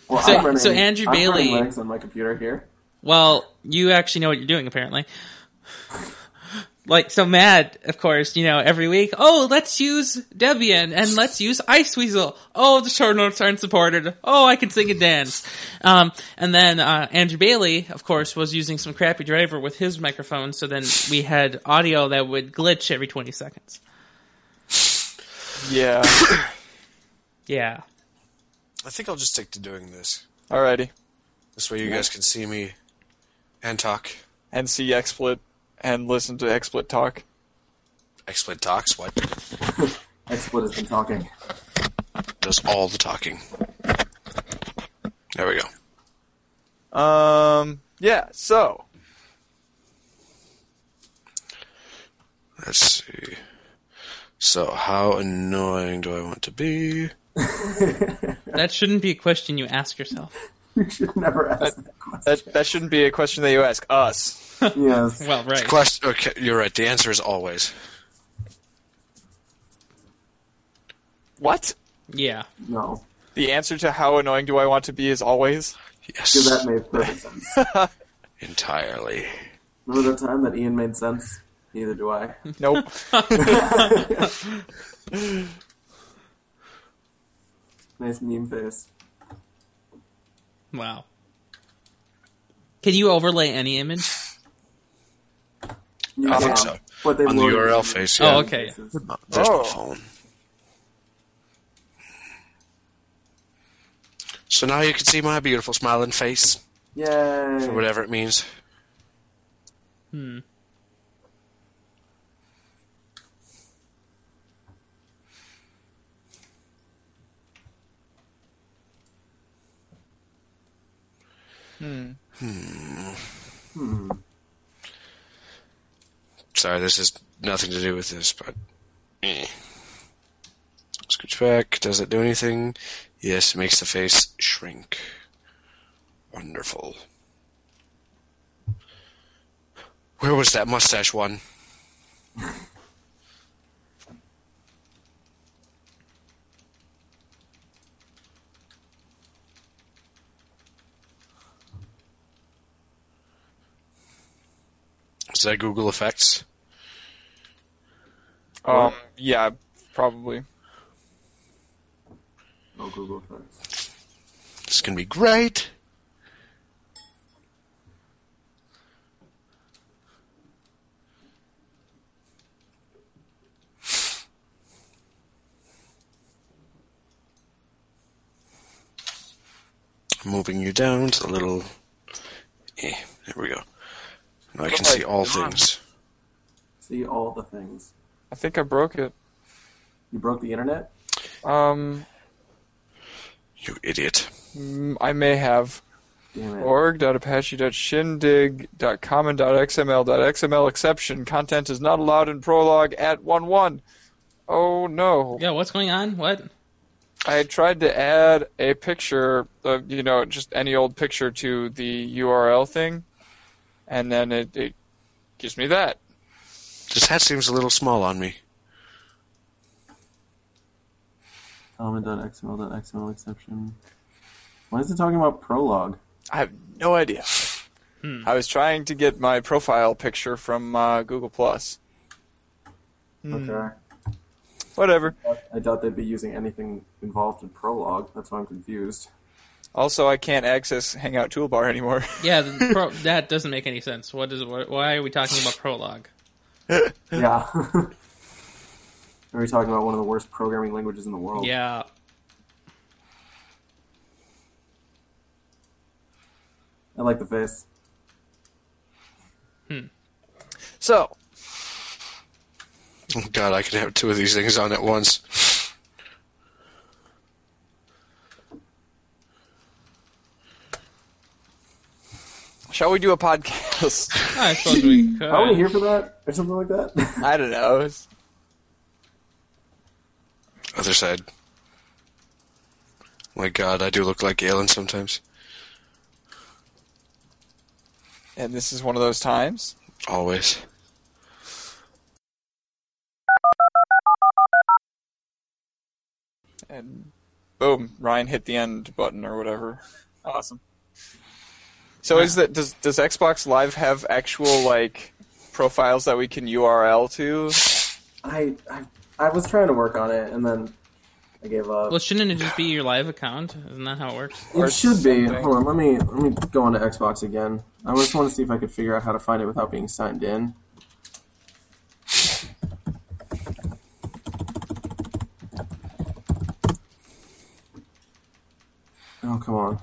D: Well,
A: So- so Andrew
D: I'm running
A: Bailey-
D: Linux on my computer here.
A: Well, you actually know what you're doing, apparently. Like so, Matt, of course, you know every week. Oh, let's use Debian and let's use Iceweasel. Oh, the short notes aren't supported. Oh, I can sing and dance. Um, and then uh, Andrew Bailey, of course, was using some crappy driver with his microphone. So then we had audio that would glitch every twenty seconds.
B: Yeah.
A: Yeah,
C: I think I'll just stick to doing this.
B: Alrighty.
C: This way, you guys can see me and talk.
B: And see XSplit and listen to XSplit talk.
C: XSplit talks. What
D: XSplit has been talking.
C: does all the talking? There we go.
B: Um, yeah, so.
C: Let's see. So, how annoying do I want to be?
A: that shouldn't be a question you ask yourself.
D: You should never ask that
B: That,
D: question.
B: that shouldn't be a question that you ask us.
D: yes.
A: Well, right.
C: Question. Okay, you're right. The answer is always.
B: What?
A: Yeah.
D: No.
B: The answer to how annoying do I want to be is always.
C: Yes.
D: Yeah, that made perfect sense.
C: Entirely.
D: Remember that time that Ian made sense? Neither do I.
B: Nope.
D: Nice meme face.
A: Wow. Can you overlay any image?
D: You
C: I think
D: can,
C: so.
D: But they
C: On the
D: loaded
C: URL
D: it.
C: face. Yeah. Uh,
A: Oh, okay.
D: Faces.
C: There's
B: Oh.
C: my phone. So now you can see my beautiful smiling face,
D: Yay.
C: or whatever it means. Hmm. Sorry, this has nothing to do with this, but. eh. Scooch back. Does it do anything? Yes, it makes the face shrink. Wonderful. Where was that mustache one? Is that Google Effects?
B: Um, yeah, probably.
D: Oh, Google Effects.
C: This can be great. Moving you down to the little. Eh, there we go. Now I can see all things.
D: See all the things.
B: I think I broke it.
D: You broke the internet?
B: Um,
C: You idiot.
B: mm, I may have
D: Damn it.
B: org.apache.shindig.common.xml.xml exception. Content is not allowed in prologue at 1 1. Oh no.
A: Yeah, what's going on? What?
B: I tried to add a picture of, you know, just any old picture to the URL thing, and then it, it gives me that.
C: This hat seems a little small on me.
D: Common.xml.xml exception. Why is it talking about prologue?
B: I have no idea. I was trying to get my
D: Hmm.
B: profile picture from uh, Google Plus.
D: Okay.
B: Whatever.
D: I doubt they'd be using anything involved in prologue. That's why I'm confused.
B: Also, I can't access Hangout Toolbar anymore.
A: Yeah, the pro- that doesn't make any sense. What is? What, why are we talking about prologue?
D: Yeah. Are we talking about one of the worst programming languages in the world?
A: Yeah,
D: I like the face.
B: so,
C: Oh, God, I could have two of these things on at once.
B: shall we do a podcast?
A: I suppose we could.
D: Are we here for that or something like that?
B: I don't know. It's-
C: Other side. My God, I do look like Galen sometimes.
B: And this is one of those times.
C: Always.
B: And boom, Ryan hit the end button or whatever. Awesome. So is that does does Xbox Live have actual like profiles that we can URL to?
D: I, I I was trying to work on it and then I gave up.
A: Well, shouldn't it just be your live account? Isn't that how it works?
B: or
D: it should be.
B: something.
D: Hold on, let me let me go on to Xbox again. I just want to see if I could figure out how to find it without being signed in. Oh come on.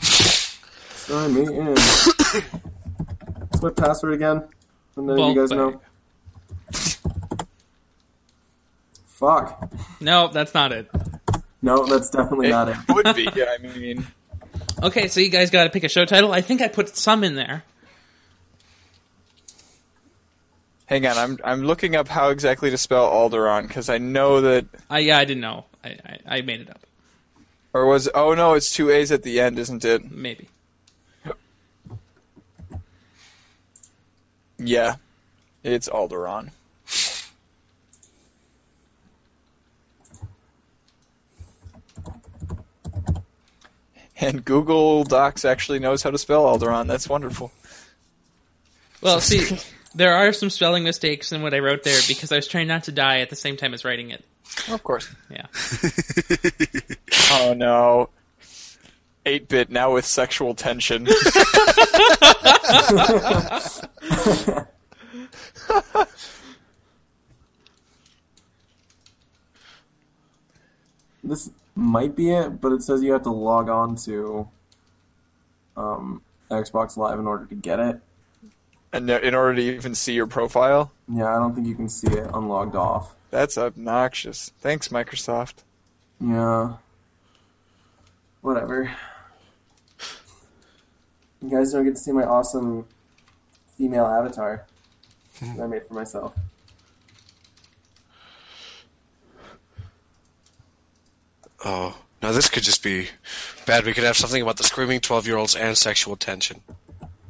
D: Sign me in. What's my password again? And then you guys know.
A: Ballpark.
D: Fuck.
A: No, that's not it.
D: No, that's definitely not it.
B: It would be. Yeah, I mean,
A: Okay, so you guys got to pick a show title. I think I put some in there.
B: hang on. I'm I'm looking up how exactly to spell Alderon because I know that
A: I yeah, I didn't know. I I, I made it up.
B: or was oh no, it's two A's at the end, isn't it?
A: Maybe.
B: Yeah, it's Alderon. And Google Docs actually knows how to spell Alderon. That's wonderful.
A: Well, see, there are some spelling mistakes in what I wrote there because I was trying not to die at the same time as writing it.
B: of course.
A: Yeah.
B: Oh no. 8 bit now with sexual tension.
D: this might be it, but it says you have to log on to um, Xbox Live in order to get it.
B: and uh, in order to even see your profile,
D: Yeah, I don't think you can see it unlogged off.
B: that's obnoxious. Thanks, Microsoft.
D: Yeah. Whatever. You guys don't get to see my awesome female avatar that I made for myself.
C: Oh. Now this could just be bad. We could have something about the screaming twelve-year-olds and sexual tension.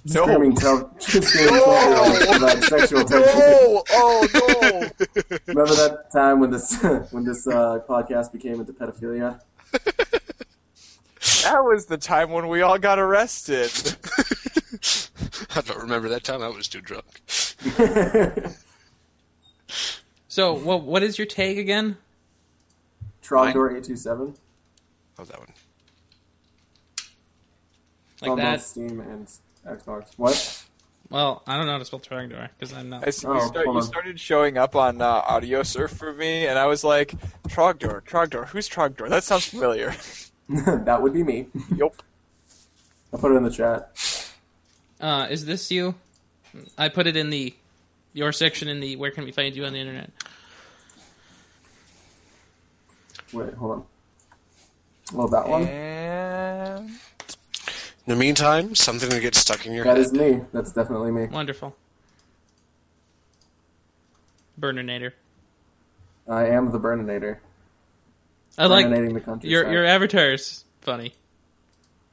B: No.
D: Screaming tell screaming twelve-year-old about sexual tension.
B: oh no!
D: Remember that time when this when this uh, podcast became into pedophilia?
B: that was the time when we all got arrested.
C: I don't remember that time. I was too drunk.
A: So, what what is your tag again?
D: Trogdor eight two seven.
C: Oh, that one.
A: Like
D: on
A: that?
D: both Steam and Xbox. What?
A: Well, I don't know how to spell Trogdor because I'm not.
B: I s- you,
D: Oh,
B: start-
D: hold
B: you
D: on.
B: started showing up on uh, Audio Surf for me, and I was like, Trogdor, Trogdor, who's Trogdor? That sounds familiar.
D: that would be me.
B: yup.
D: I'll put it in the chat.
A: Uh, is this you? I put it in the your section in the where can we find you on the internet.
D: Wait, hold on. Well, that one.
B: And
C: In the meantime, something to get stuck in your
D: That
C: head.
D: is me. That's definitely me.
A: Wonderful. Burninator.
D: I am the Burninator.
A: I like
D: Burninating the country.
A: your your avatar's funny.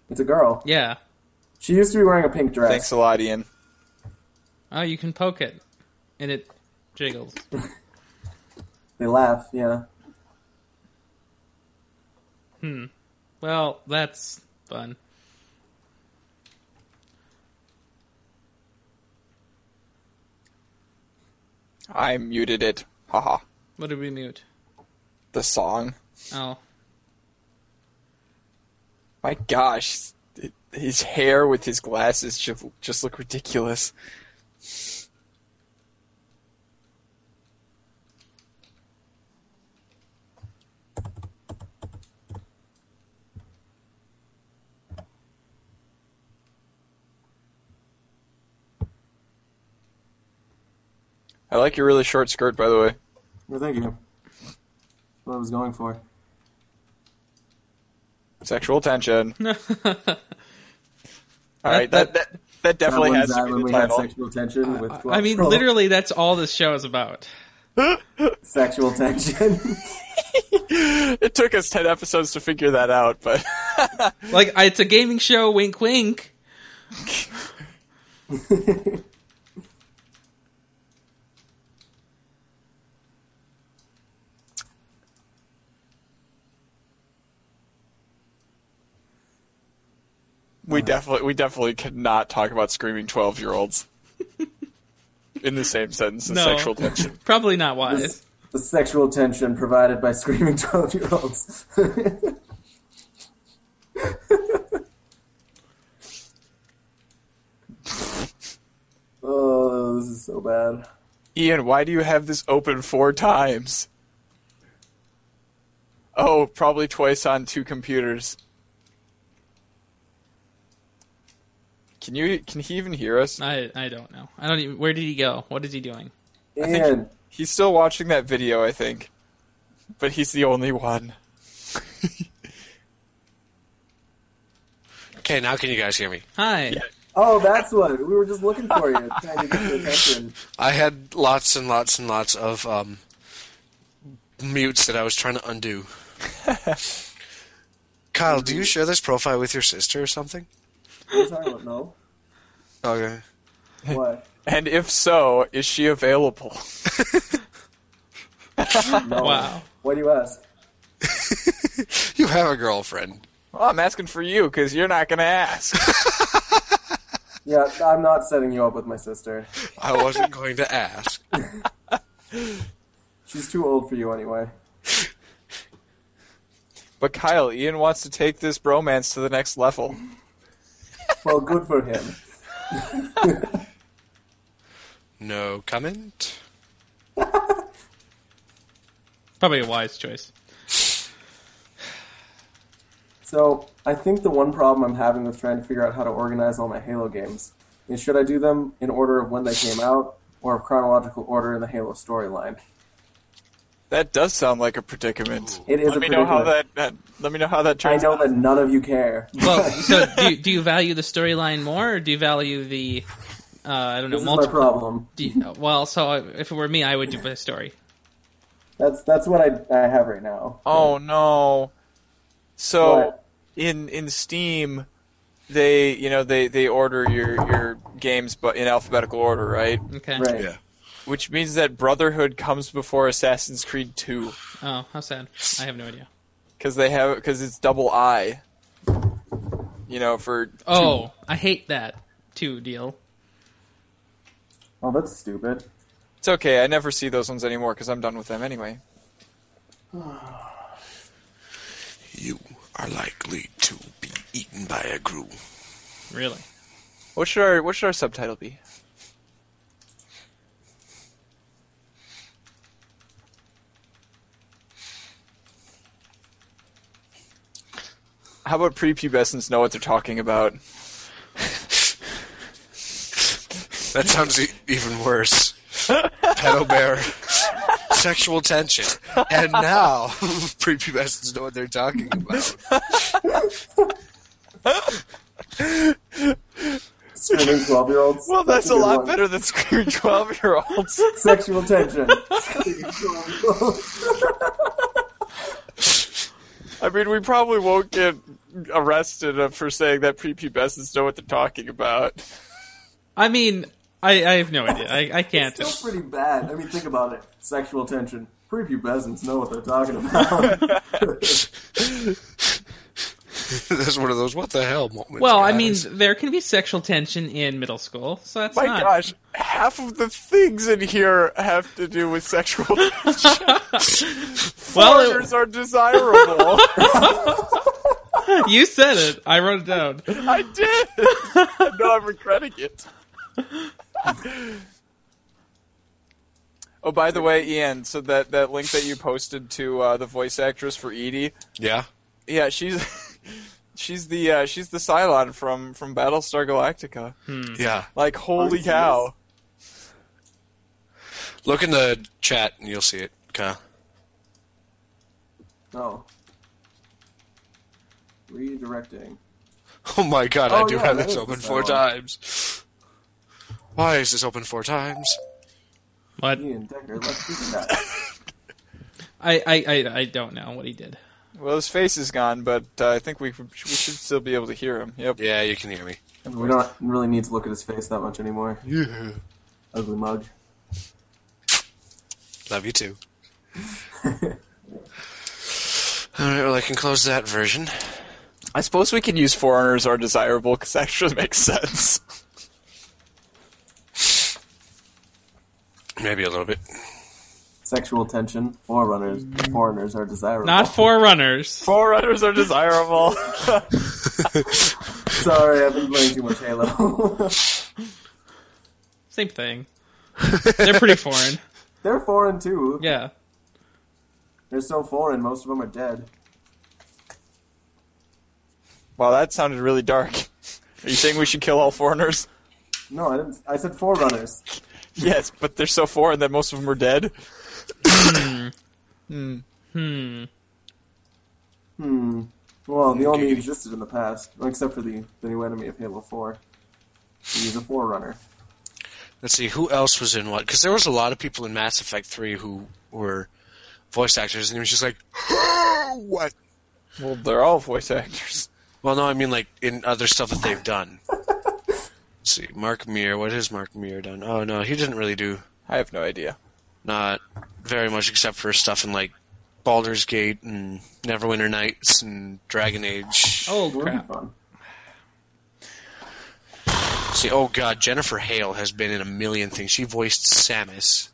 D: It's a girl.
A: Yeah.
D: She used to be wearing a pink dress.
B: thanks a lot, Ian.
A: Oh, you can poke it, and it jiggles.
D: They laugh. Yeah.
A: Hmm. Well, that's fun.
B: I muted it. Haha.
A: What did we mute?
B: The song.
A: Oh,
B: My gosh, his hair with his glasses just just look ridiculous. I like your really short skirt, by the way.
D: Well, thank you. That's what I was going for.
B: Sexual tension. All right, that that, that definitely
D: that
B: has
D: one's
B: to
D: out
B: be
D: when
B: the
D: we had
B: title.
D: sexual tension with.
A: I mean,
D: 12.
A: literally, that's all this show is about.
D: sexual tension.
B: it took us 10 episodes to figure that out, but
A: Like, I- it's a gaming show. Wink, wink.
B: we definitely we definitely cannot talk about screaming 12-year-olds in the same sentence as
A: No.
B: sexual tension.
A: Probably not wise.
D: the sexual tension provided by screaming twelve-year-olds. oh, this is so bad.
B: Ian, why do you have this open four times? Oh, probably twice on two computers. Can you can he even hear us?
A: I I don't know. I don't even. Where did he go? What is he doing?
B: think-
D: And
B: He's still watching that video, I think. But he's the only one.
C: Okay, now can you guys hear me?
A: Hi.
D: oh, that's what we were just looking for you, trying to get your attention.
C: I had lots and lots and lots of um, mutes that I was trying to undo. Kyle, do you share this profile with your sister or something?
D: What are you talking about? No,
C: Okay.
D: what?
B: And if so, is she available?
D: No.
A: Wow.
D: Why do you ask?
C: You have a girlfriend.
B: Well, Oh, I'm asking for you because you're not going to ask.
D: Yeah, I'm not setting you up with my sister.
C: I wasn't going to ask.
D: She's too old for you anyway.
B: but Kyle, Ian wants to take this bromance to the next level.
D: Well, good for him.
C: No comment?
A: Probably a wise choice.
D: So I think the one problem I'm having with trying to figure out how to organize all my Halo games is should I do them in order of when they came out or chronological order in the Halo storyline?
B: That does sound like a predicament.
D: It is
B: let
D: a
B: me know how
D: predicament.
B: that, that- let me know how that
D: I
B: turns
D: know
B: out.
D: that none of you care.
A: Well, so do you, do you value the storyline more, or do you value the uh, I don't know
D: This is my
A: multiple?
D: problem.
A: do you- uh, well, so if it were me, I would do the story.
D: That's that's what I, I have right now.
B: Oh no. So
D: What?
B: in in Steam they you know they they order your your games but in alphabetical order, right?
A: Okay.
D: Right.
C: Yeah.
B: Which means that Brotherhood comes before Assassin's Creed 2
A: Oh, how sad. I have no idea.
B: cuz they have cuz it's double I. You know, for
A: Oh, I hate that two deal.
D: Oh, that's stupid.
B: It's okay. I never see those ones anymore because I'm done with them anyway.
C: You are likely to be eaten by a group.
A: Really.
B: What should our What should our subtitle be? How about prepubescents know what they're talking about?
C: That sounds e- even worse. Pedo bear. Sexual tension. And now, prepubescents know what they're talking about.
D: Screaming twelve year olds.
B: Well, that's, a
D: good
B: lot
D: one.
B: better than screaming twelve year olds.
D: Sexual tension.
B: I mean, we probably won't get arrested uh, for saying that prepubescents know what they're talking about.
A: I mean, I, I have no idea. I, I can't.
D: Still pretty bad. I mean, think about it. Sexual tension. Prepubescents know what they're talking about.
C: That's one of those what the hell moments.
A: Well, I
C: guys.
A: mean, there can be sexual tension in middle school, so that's
B: My
A: not.
B: gosh, half of the things in here have to do with sexual.
A: well,
B: Foreigners are desirable.
A: it- you said it. I wrote it down.
B: I did. no, I'm regretting it. oh, by the way, Ian, so that, that link that you posted to uh, the voice actress for Edie,
C: yeah.
B: yeah, she's she's the uh, she's the Cylon from from Battlestar Galactica.
D: Mm-hmm.
C: Yeah.
B: Like, holy
D: Oh,
B: cow!
C: Look in the chat and you'll see it, Kyle.
D: No. Redirecting.
C: Oh my god, I
D: Oh,
C: do
D: yeah,
C: have
D: that
C: this
D: is
C: open
D: the
C: four
D: Cylon.
C: times. Why is this open four times?
A: What?
D: Ian Decker, let's do that.
A: I, I, I, I don't know what he did.
B: Well, his face is gone, but uh, I think we we should still be able to hear him. Yep.
C: Yeah, you can hear me.
D: we don't really need to look at his face that much anymore.
C: Yeah.
D: Ugly mug.
C: Love you too. All right, well, I can close that version.
B: I suppose we can use foreigners are desirable because that actually makes sense.
C: Maybe a little bit.
D: Sexual tension. Forerunners. Foreigners are desirable.
A: Mm. Not forerunners.
B: Foreigners are desirable.
D: Sorry, I've been playing too much Halo.
A: Same thing. They're pretty foreign.
D: They're foreign too.
A: Yeah.
D: They're so foreign, most of them are dead.
B: wow, that sounded really dark. Are you saying we should kill all foreigners?
D: No, I didn't. I said forerunners.
B: Yes, but they're so foreign that most of them are dead.
D: Hmm. Well, the only existed in the past, except for the, the new enemy of Halo 4. He's a forerunner.
C: Let's see who else was in what because there was a lot of people in Mass Effect Three who were voice actors, and it was just like, what?
B: Well, they're all voice actors.
C: Well, no, I mean like in other stuff that they've done. Let's see, Mark Meer. What has Mark Meer done? Oh no, he didn't really do
B: I have no idea.
C: not very much except for stuff in like Baldur's Gate and Neverwinter Nights and Dragon Age.
A: Oh
D: It would be
A: crap.
D: fun.
C: See, oh god, Jennifer Hale has been in a million things. She voiced Samus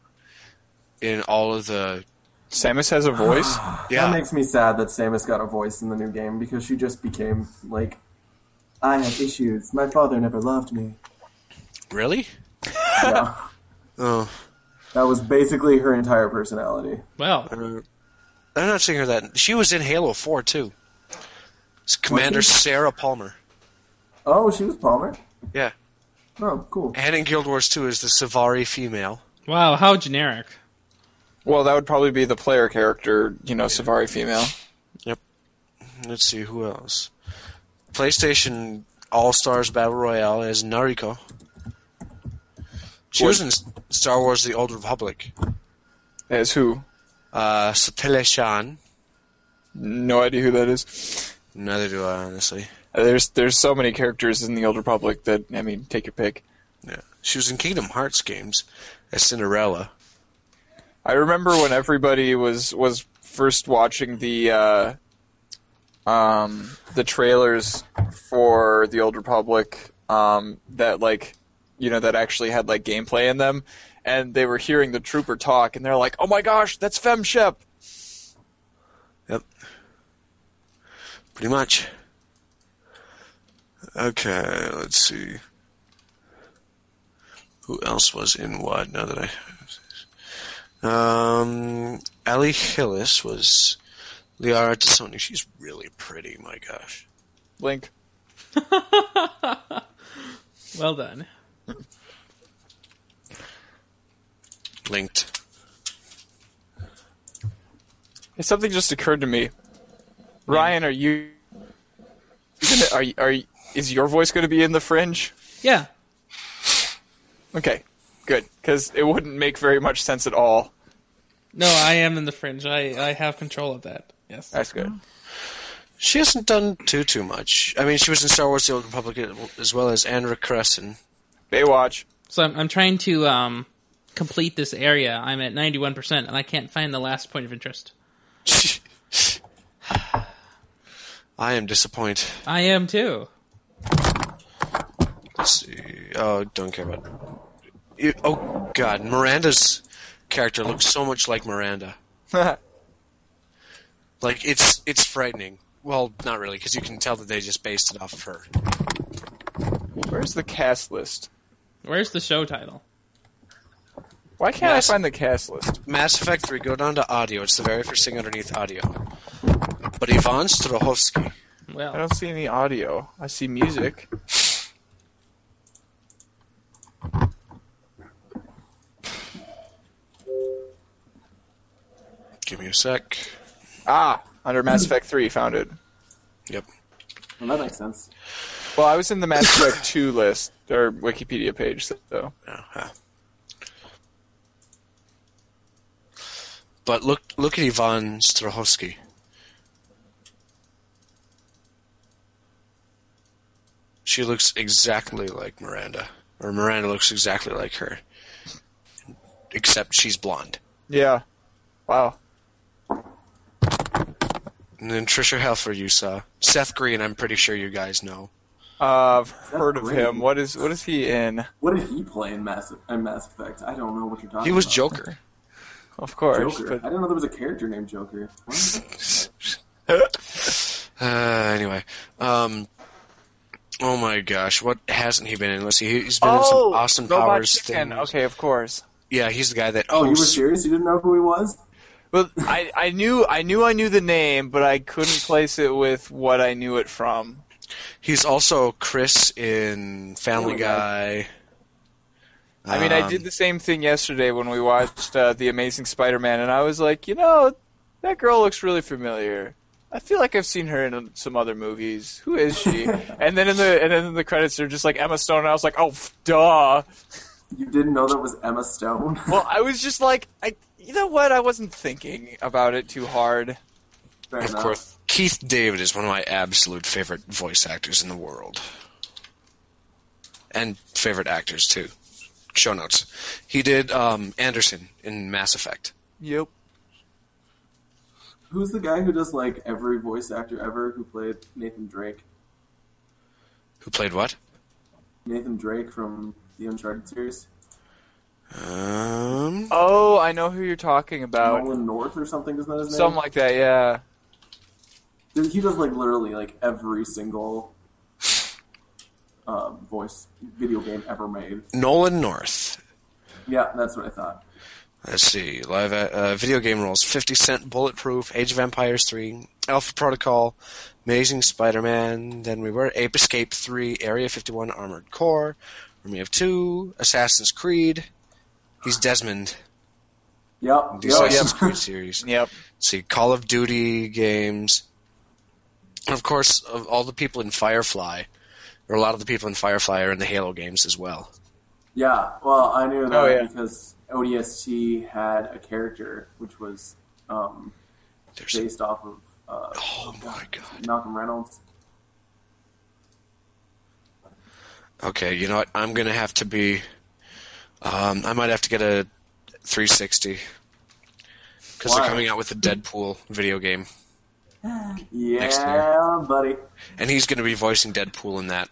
C: in all of the
B: Samus has a voice.
D: That
C: yeah.
D: makes me sad that Samus got a voice in the new game because she just became like, I have issues. My father never loved me.
C: really?
D: Yeah.
C: Oh,
D: that was basically her entire personality.
A: Well,
C: I'm not seeing her that. She was in Halo Four too. It's Commander Sarah Palmer.
D: Oh, she was Palmer.
C: Yeah,
D: Oh, cool.
C: and in Guild Wars Two is the Savari female.
A: wow, how generic.
B: Well, that would probably be the player character, you know, Savari female.
C: Let's see who else. PlayStation All Stars Battle Royale as Nariko. She was in S- Star Wars: The Old Republic.
B: As who?
C: Uh, Satele Shan.
B: No idea who that is. Uh,
C: Neither do I, honestly.
B: There's there's so many characters in the Old Republic that I mean, take your pick.
C: Yeah. She was in Kingdom Hearts games as Cinderella.
B: I remember when everybody was was first watching the uh, um, the trailers for the Old Republic um, that like you know that actually had like gameplay in them, and they were hearing the trooper talk, and they're like, "Oh my gosh, that's FemShep!"
C: Yep. Pretty much. Okay, let's see. Who else was in what? Now that I. Um, Ellie Hillis was Liara Tassoni. She's really pretty, my gosh.
B: Link.
A: Well done.
C: Linked.
B: Hey, something just occurred to me. Ryan, are you? Gonna, are you, are you, is your voice going to be in the fringe?
A: Yeah.
B: Okay, good, because it wouldn't make very much sense at all.
A: No, I am in the fringe. I, I have control of that. Yes.
B: That's good.
C: She hasn't done too, too much. I mean, she was in Star Wars The Old Republic as well as Andra Cresson.
B: Baywatch.
A: So I'm, I'm trying to um, complete this area. I'm at 91%, and I can't find the last point of interest.
C: I am disappointed.
A: I am too.
C: Let's see. Uh, Oh, don't care about. It- Oh God, Miranda's character looks so much like Miranda. Like it's it's frightening. Well, not really, because you can tell that they just based it off of her.
B: Where's the cast list?
A: Where's the show title?
B: Why can't
C: Yes.
B: I find the cast list?
C: Mass Effect 3, go down to audio. It's the very first thing underneath audio. But Ivan Strahovski.
B: I
A: Well,
B: don't see any audio. I see music.
C: Give me a sec.
B: Ah, under Mass Effect 3, found it.
C: Yep.
D: Well, that makes sense.
B: Well, I was in the Mass Effect 2 list, or Wikipedia page, though.
C: Uh-huh. But look look at Ivan Strahovski. She looks exactly like Miranda. Or Miranda looks exactly like her. Except she's blonde.
B: Yeah. Wow.
C: And then Trisha Helfer you saw. Seth Green, I'm pretty sure you guys know.
B: Uh, I've heard of
D: great.
B: him. What is what is he in?
D: What did he play in Mass, in Mass Effect? I don't know what you're talking about.
C: He was Joker.
B: Of course.
D: Joker. I
B: But,
D: didn't know there was a character named Joker. What?
C: Uh, anyway, um, oh my gosh, what hasn't he been in? Let's see, he's been in some Austin
B: Oh, Robot
C: Powers
B: Chicken.
C: thing.
B: Okay, of course.
C: Yeah, he's the guy that.
D: Oh,
C: Oh,
D: you were
C: s-
D: serious? You didn't know who he was?
B: Well, I, I knew I knew I knew the name, but I couldn't place it with what I knew it from.
C: he's also Chris in Family
D: Family
C: Guy.
B: I mean, I
C: Um,
B: did the same thing yesterday when we watched uh, The Amazing Spider-Man, and I was like, you know, that girl looks really familiar. I feel like I've seen her in some other movies. Who is she? and then in the and then in the credits, they're just like Emma Stone, and I was like, oh, f- duh.
D: You didn't know that was Emma Stone?
B: Well, I was just like, I, you know what? I wasn't thinking about it too hard.
D: Fair
C: Of
D: enough.
C: course, Keith David is one of my absolute favorite voice actors in the world, and favorite actors too. Show notes. He did um, Anderson in Mass Effect.
B: Yep.
D: Who's the guy who does like every voice actor ever who played Nathan Drake?
C: Who played what?
D: Nathan Drake from the Uncharted series?
C: Um,
B: Oh, I know who you're talking
C: Uh,
B: about.
D: Nolan North or something, isn't that his name?
B: Something like that. Yeah.
D: Dude, He does like literally like every single uh, voice video game ever made.
C: Nolan North.
D: Yeah, that's what I thought.
C: Let's see. Live uh, video game roles: Fifty Cent, Bulletproof, Age of Empires Three, Alpha Protocol, Amazing Spider-Man. Then we were Ape Escape Three, Area Fifty One, Armored Core, Army of Two, Assassin's Creed. He's Desmond.
D: Yep.
C: The
D: yep.
C: Assassin's Creed series.
B: Yep.
C: Let's see Call of Duty games. And of course, of all the people in Firefly, or a lot of the people in Firefly are in the Halo games as well.
D: Yeah, well, I knew that
B: Oh, yeah.
D: because ODST had a character which was um,
C: There's
D: based off of uh,
C: oh my god.
D: Malcolm Reynolds.
C: Okay, you know what? I'm gonna have to be. Um, I might have to get a 360 because they're
D: Why?
C: coming out with a Deadpool video game, Next
D: Yeah, buddy.
C: and he's gonna be voicing Deadpool in that.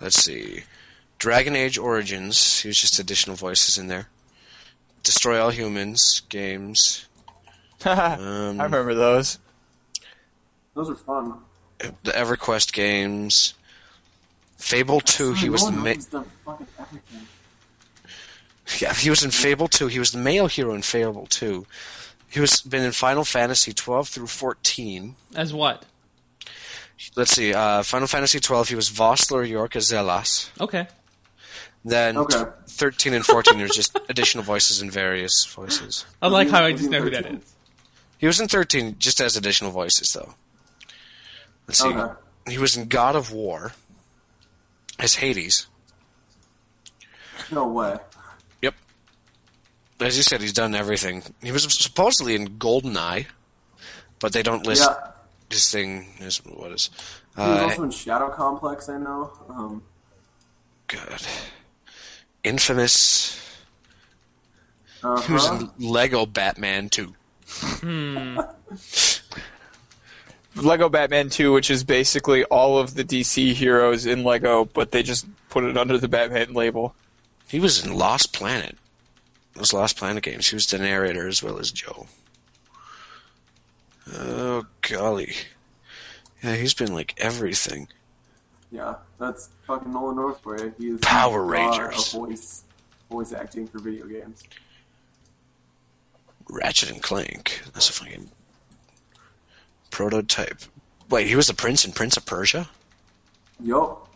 C: Let's see, Dragon Age Origins. He was just additional voices in there. Destroy All Humans games. Um,
B: I remember those.
D: Those are fun.
C: the EverQuest games. Fable Two. He was the
D: Nolan
C: ma-
D: North's done fucking everything.
C: Yeah, he was in Fable 2. He was the male hero in Fable 2. He was been in Final Fantasy 12 through 14.
A: as what?
C: Let's see, uh, Final Fantasy 12. He was Vossler York as Zelas.
A: Okay.
C: Then
D: Okay.
C: 13 and 14. There's just additional voices and various voices.
A: I like how I
D: Was
A: just
D: he
A: know who that
D: thirteen?
A: is.
C: He was in 13 just as additional voices though. Let's see.
D: Okay.
C: He was in God of War as Hades.
D: No way.
C: As you said, he's done everything. He was supposedly in Goldeneye, but they don't list
D: Yeah,
C: this thing as what is.
D: he was
C: Uh,
D: also in Shadow Complex. I know. Um,
C: God. Infamous.
D: uh-huh.
C: He was in Lego Batman 2.
B: Lego Batman 2, which is basically all of the DC heroes in Lego, but they just put it under the Batman label.
C: He was in Lost Planet. Those Lost Planet games. He was the narrator as well as Joe. Oh golly, yeah, he's been like everything.
D: Yeah, that's fucking Nolan Northbury. He is the
C: Power
D: god
C: Rangers.
D: Of voice, voice acting for video games.
C: Ratchet and Clank. That's a fucking prototype. Wait, he was the prince in Prince of Persia.
D: Yup.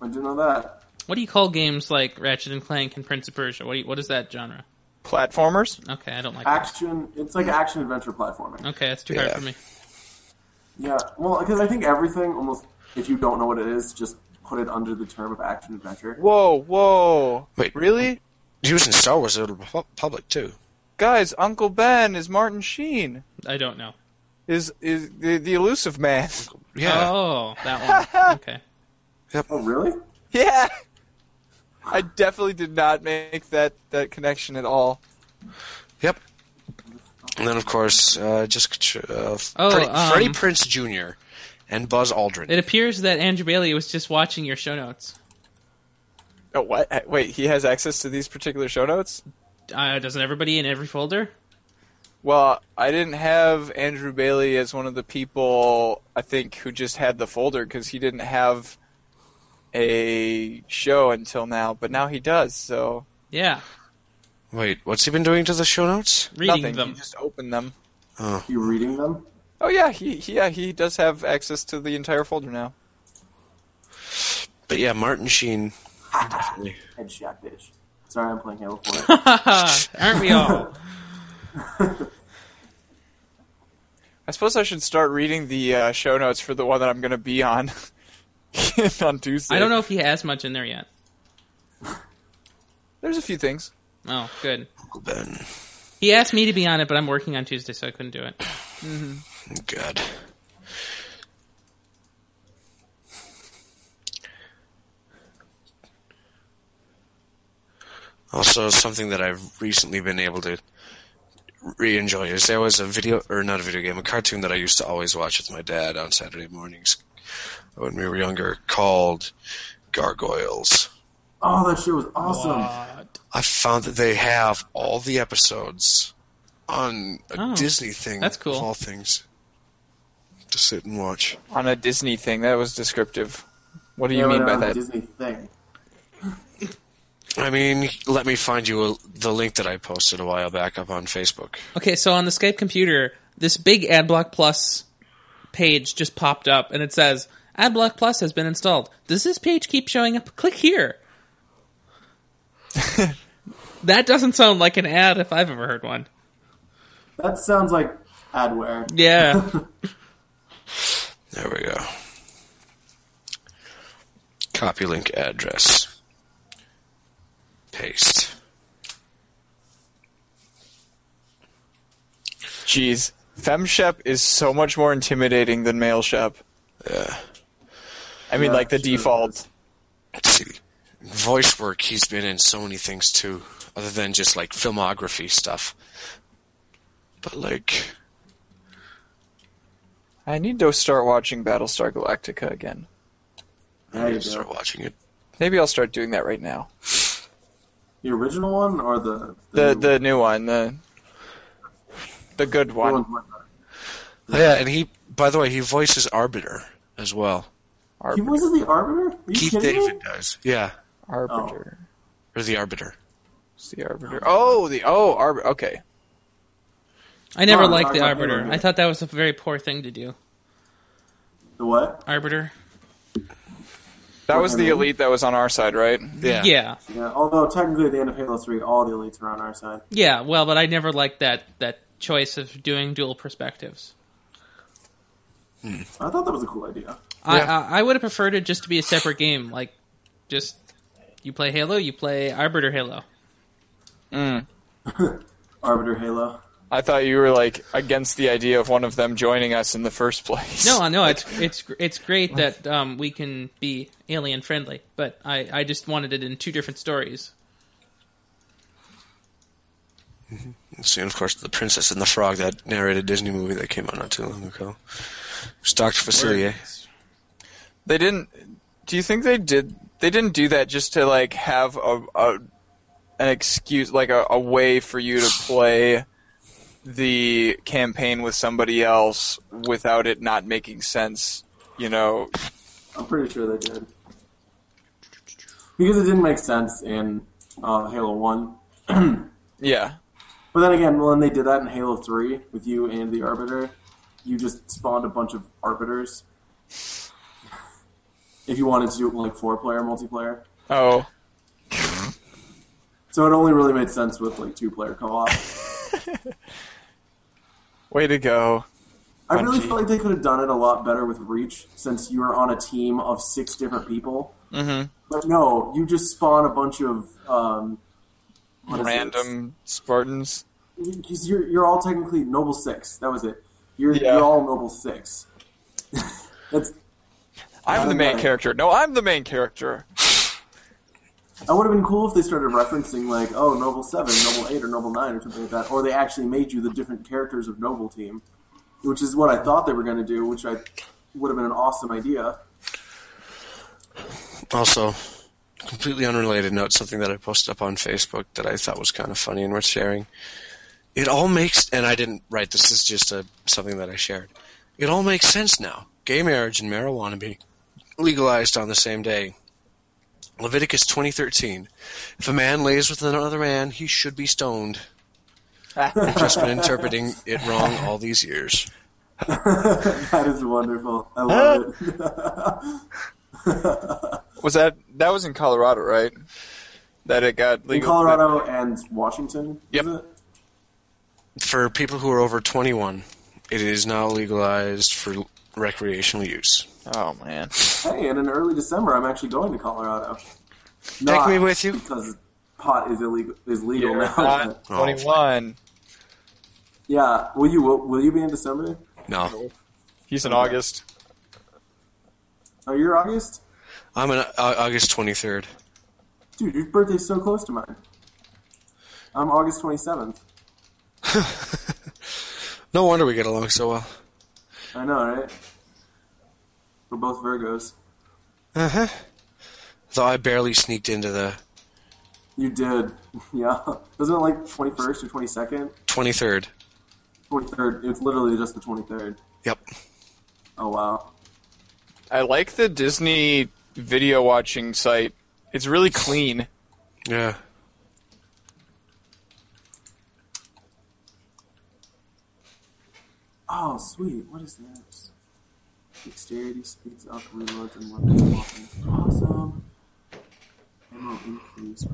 D: I didn't know that.
A: What do you call games like Ratchet and Clank and Prince of Persia? What, do you, what is that genre?
B: Platformers?
A: Okay, I don't like that.
D: Action. It's like action adventure platforming.
A: Okay, that's too hard
C: Yeah.
A: for me.
D: Yeah. Well, because I think everything almost, if you don't know what it is, just put it under the term of action adventure.
B: Whoa, whoa.
C: Wait.
B: Really?
C: He was in Star Wars: The Old Republic too.
B: Guys, Uncle Ben is Martin Sheen.
A: I don't know.
B: Is is the, the elusive man.
C: Yeah,
A: Oh, that one. Okay.
D: Oh, really?
B: Yeah. I definitely did not make that, that connection at all.
C: Yep. And then, of course, uh, just uh,
A: Oh,
C: Freddie,
A: um,
C: Freddie Prince Jr. and Buzz Aldrin.
A: It appears that Andrew Bailey was just watching your show notes.
B: Oh, what? Wait, he has access to these particular show notes?
A: Uh, doesn't everybody in every folder?
B: Well, I didn't have Andrew Bailey as one of the people I think who just had the folder because he didn't have a show until now, but now he does. So
A: Yeah,
C: Wait, what's he been doing to the show notes?
A: reading
B: nothing,
A: them.
B: he just opened them.
D: You reading them?
B: Oh yeah, he he- yeah he does have access to the entire folder now.
C: But yeah, Martin Sheen. definitely.
D: Headshot bitch. Sorry, I'm playing Halo 4.
A: Aren't we all?
B: I suppose I should start reading the uh, show notes for the one that I'm going to be on on Tuesday.
A: I don't know if he has much in there yet.
B: There's a few things.
A: Oh, good.
C: Uncle Ben.
A: He asked me to be on it, but I'm working on Tuesday, so I couldn't do it.
C: Good. Also, something that I've recently been able to re-enjoy is there was a video, or not a video game, a cartoon that I used to always watch with my dad on Saturday mornings when we were younger called Gargoyles.
D: Oh, that shit was awesome.
C: I found that they have all the episodes on a
A: Oh,
C: Disney thing.
A: that's cool.
C: Of all things to sit and watch.
B: On a Disney thing, that was descriptive. What do
D: Yeah,
B: you mean
D: right
B: by
D: on the
B: that?
D: Disney thing.
C: I mean, let me find you a, the link that I posted a while back up on Facebook.
A: Okay, so on the Skype computer, this big AdBlock Plus page just popped up, and it says AdBlock Plus has been installed. Does this page keep showing up? Click here. that doesn't sound like an ad if I've ever heard one.
D: That sounds like adware.
A: Yeah.
C: There we go. Copy link address. Paste.
B: Jeez, FemShep is so much more intimidating than MailShep.
C: Yeah.
B: I mean,
D: Yeah,
B: like the
D: sure.
B: default.
C: Let's see. Voice work, he's been in so many things too, other than just like filmography stuff. But like,
B: I need to start watching Battlestar Galactica again.
D: There you
C: start
D: go.
C: watching it.
B: Maybe I'll start doing that right now.
D: The original one or the
B: The the new one, the the good
D: new
B: one,
D: one's much better.
C: Yeah, and he, by the way, he voices Arbiter as well.
D: He
B: Arbiter.
D: wasn't the Arbiter? Are you
C: Keith
D: kidding
C: David
D: me?
C: does. Yeah,
B: Arbiter.
C: or the Arbiter.
B: It's the Arbiter. Oh, the oh Arbiter. Okay,
A: I never
D: Come on,
A: liked the
D: Arbiter.
A: Arbiter. I thought that was a very poor thing to do.
D: The what?
A: Arbiter.
B: that was the elite that was on our side, right?
C: Yeah.
A: Yeah.
D: Yeah, although technically at the end of Halo 3, all the elites are on our side.
A: Yeah, well, but I never liked that that choice of doing dual perspectives.
D: I thought that was a cool idea.
A: I,
C: Yeah.
A: I I would have preferred it just to be a separate game, like just you play Halo, you play Arbiter Halo.
D: Arbiter Halo.
B: I thought you were like against the idea of one of them joining us in the first place.
A: No, I know it's it's gr- it's great that um, we can be alien friendly, but I I just wanted it in two different stories.
C: Soon, of course, the Princess and the Frog, that narrated Disney movie that came out not too long ago. It's Dr. Facilier.
B: They didn't. Do you think they did? They didn't do that just to like have a, a an excuse, like a, a way for you to play the campaign with somebody else without it not making sense. You know,
D: I'm pretty sure they did. Because it didn't make sense in uh, Halo 1.
B: yeah,
D: But then again, when they did that in Halo 3 with you and the Arbiter, you just spawned a bunch of Arbiters. if you wanted to do it like four player multiplayer.
B: Oh,
D: So it only really made sense with like two player co op.
B: way to go.
D: I really
B: Bungie.
D: feel like they could have done it a lot better with Reach since you were on a team of six different people.
B: Mhm.
D: But no, you just spawn a bunch of um, what is
B: Random Spartans.
D: this? Because you're you're all technically Noble Six. That was it. You're
B: Yeah.
D: you're all Noble Six. That's.
B: I'm the main
D: Random.
B: character. No, I'm the main character.
D: I would have been cool if they started referencing like, oh, Noble Seven, Noble Eight, or Noble Nine, or something like that, or they actually made you the different characters of Noble Team, which is what I thought they were going to do, which I would have been an awesome idea.
C: Also, completely unrelated note, something that I posted up on Facebook that I thought was kind of funny and worth sharing. It all makes, and I didn't write this. Is just a something that I shared. It all makes sense now. Gay marriage and marijuana being legalized on the same day. Leviticus 20:13. If a man lays with another man, he should be stoned. I've just been interpreting it wrong all these years.
D: That is wonderful. I love it.
B: Was that that was in Colorado, right? That it got
D: In
B: legal.
D: Colorado and Washington.
B: Yep.
D: is it?
C: For people who are over 21, it is now legalized for recreational use.
B: Oh man.
D: Hey, and in early December, I'm actually going to Colorado. Not
C: Take me with you.
D: because pot is illegal. Is legal
B: You're
D: now.
B: not
C: Oh.
B: 21.
D: yeah. Will you will, will you be in December?
C: No,
B: He's in August.
D: Oh, you're August,
C: I'm an uh, August 23rd.
D: dude. Your birthday's so close to mine. I'm August 27th.
C: No wonder we get along so well.
D: I know, right? We're both Virgos.
C: Though I barely sneaked into the
D: You did, yeah. Isn't it like 21st or 22nd,
C: 23rd.
D: 23rd? It's literally just the 23rd.
C: Yep.
D: Oh wow.
B: I like the Disney video watching site. It's really clean.
C: Yeah.
D: Oh, sweet. What is this? Dexterity speeds up, reloads, and weapons walking. Awesome. Ammo increase.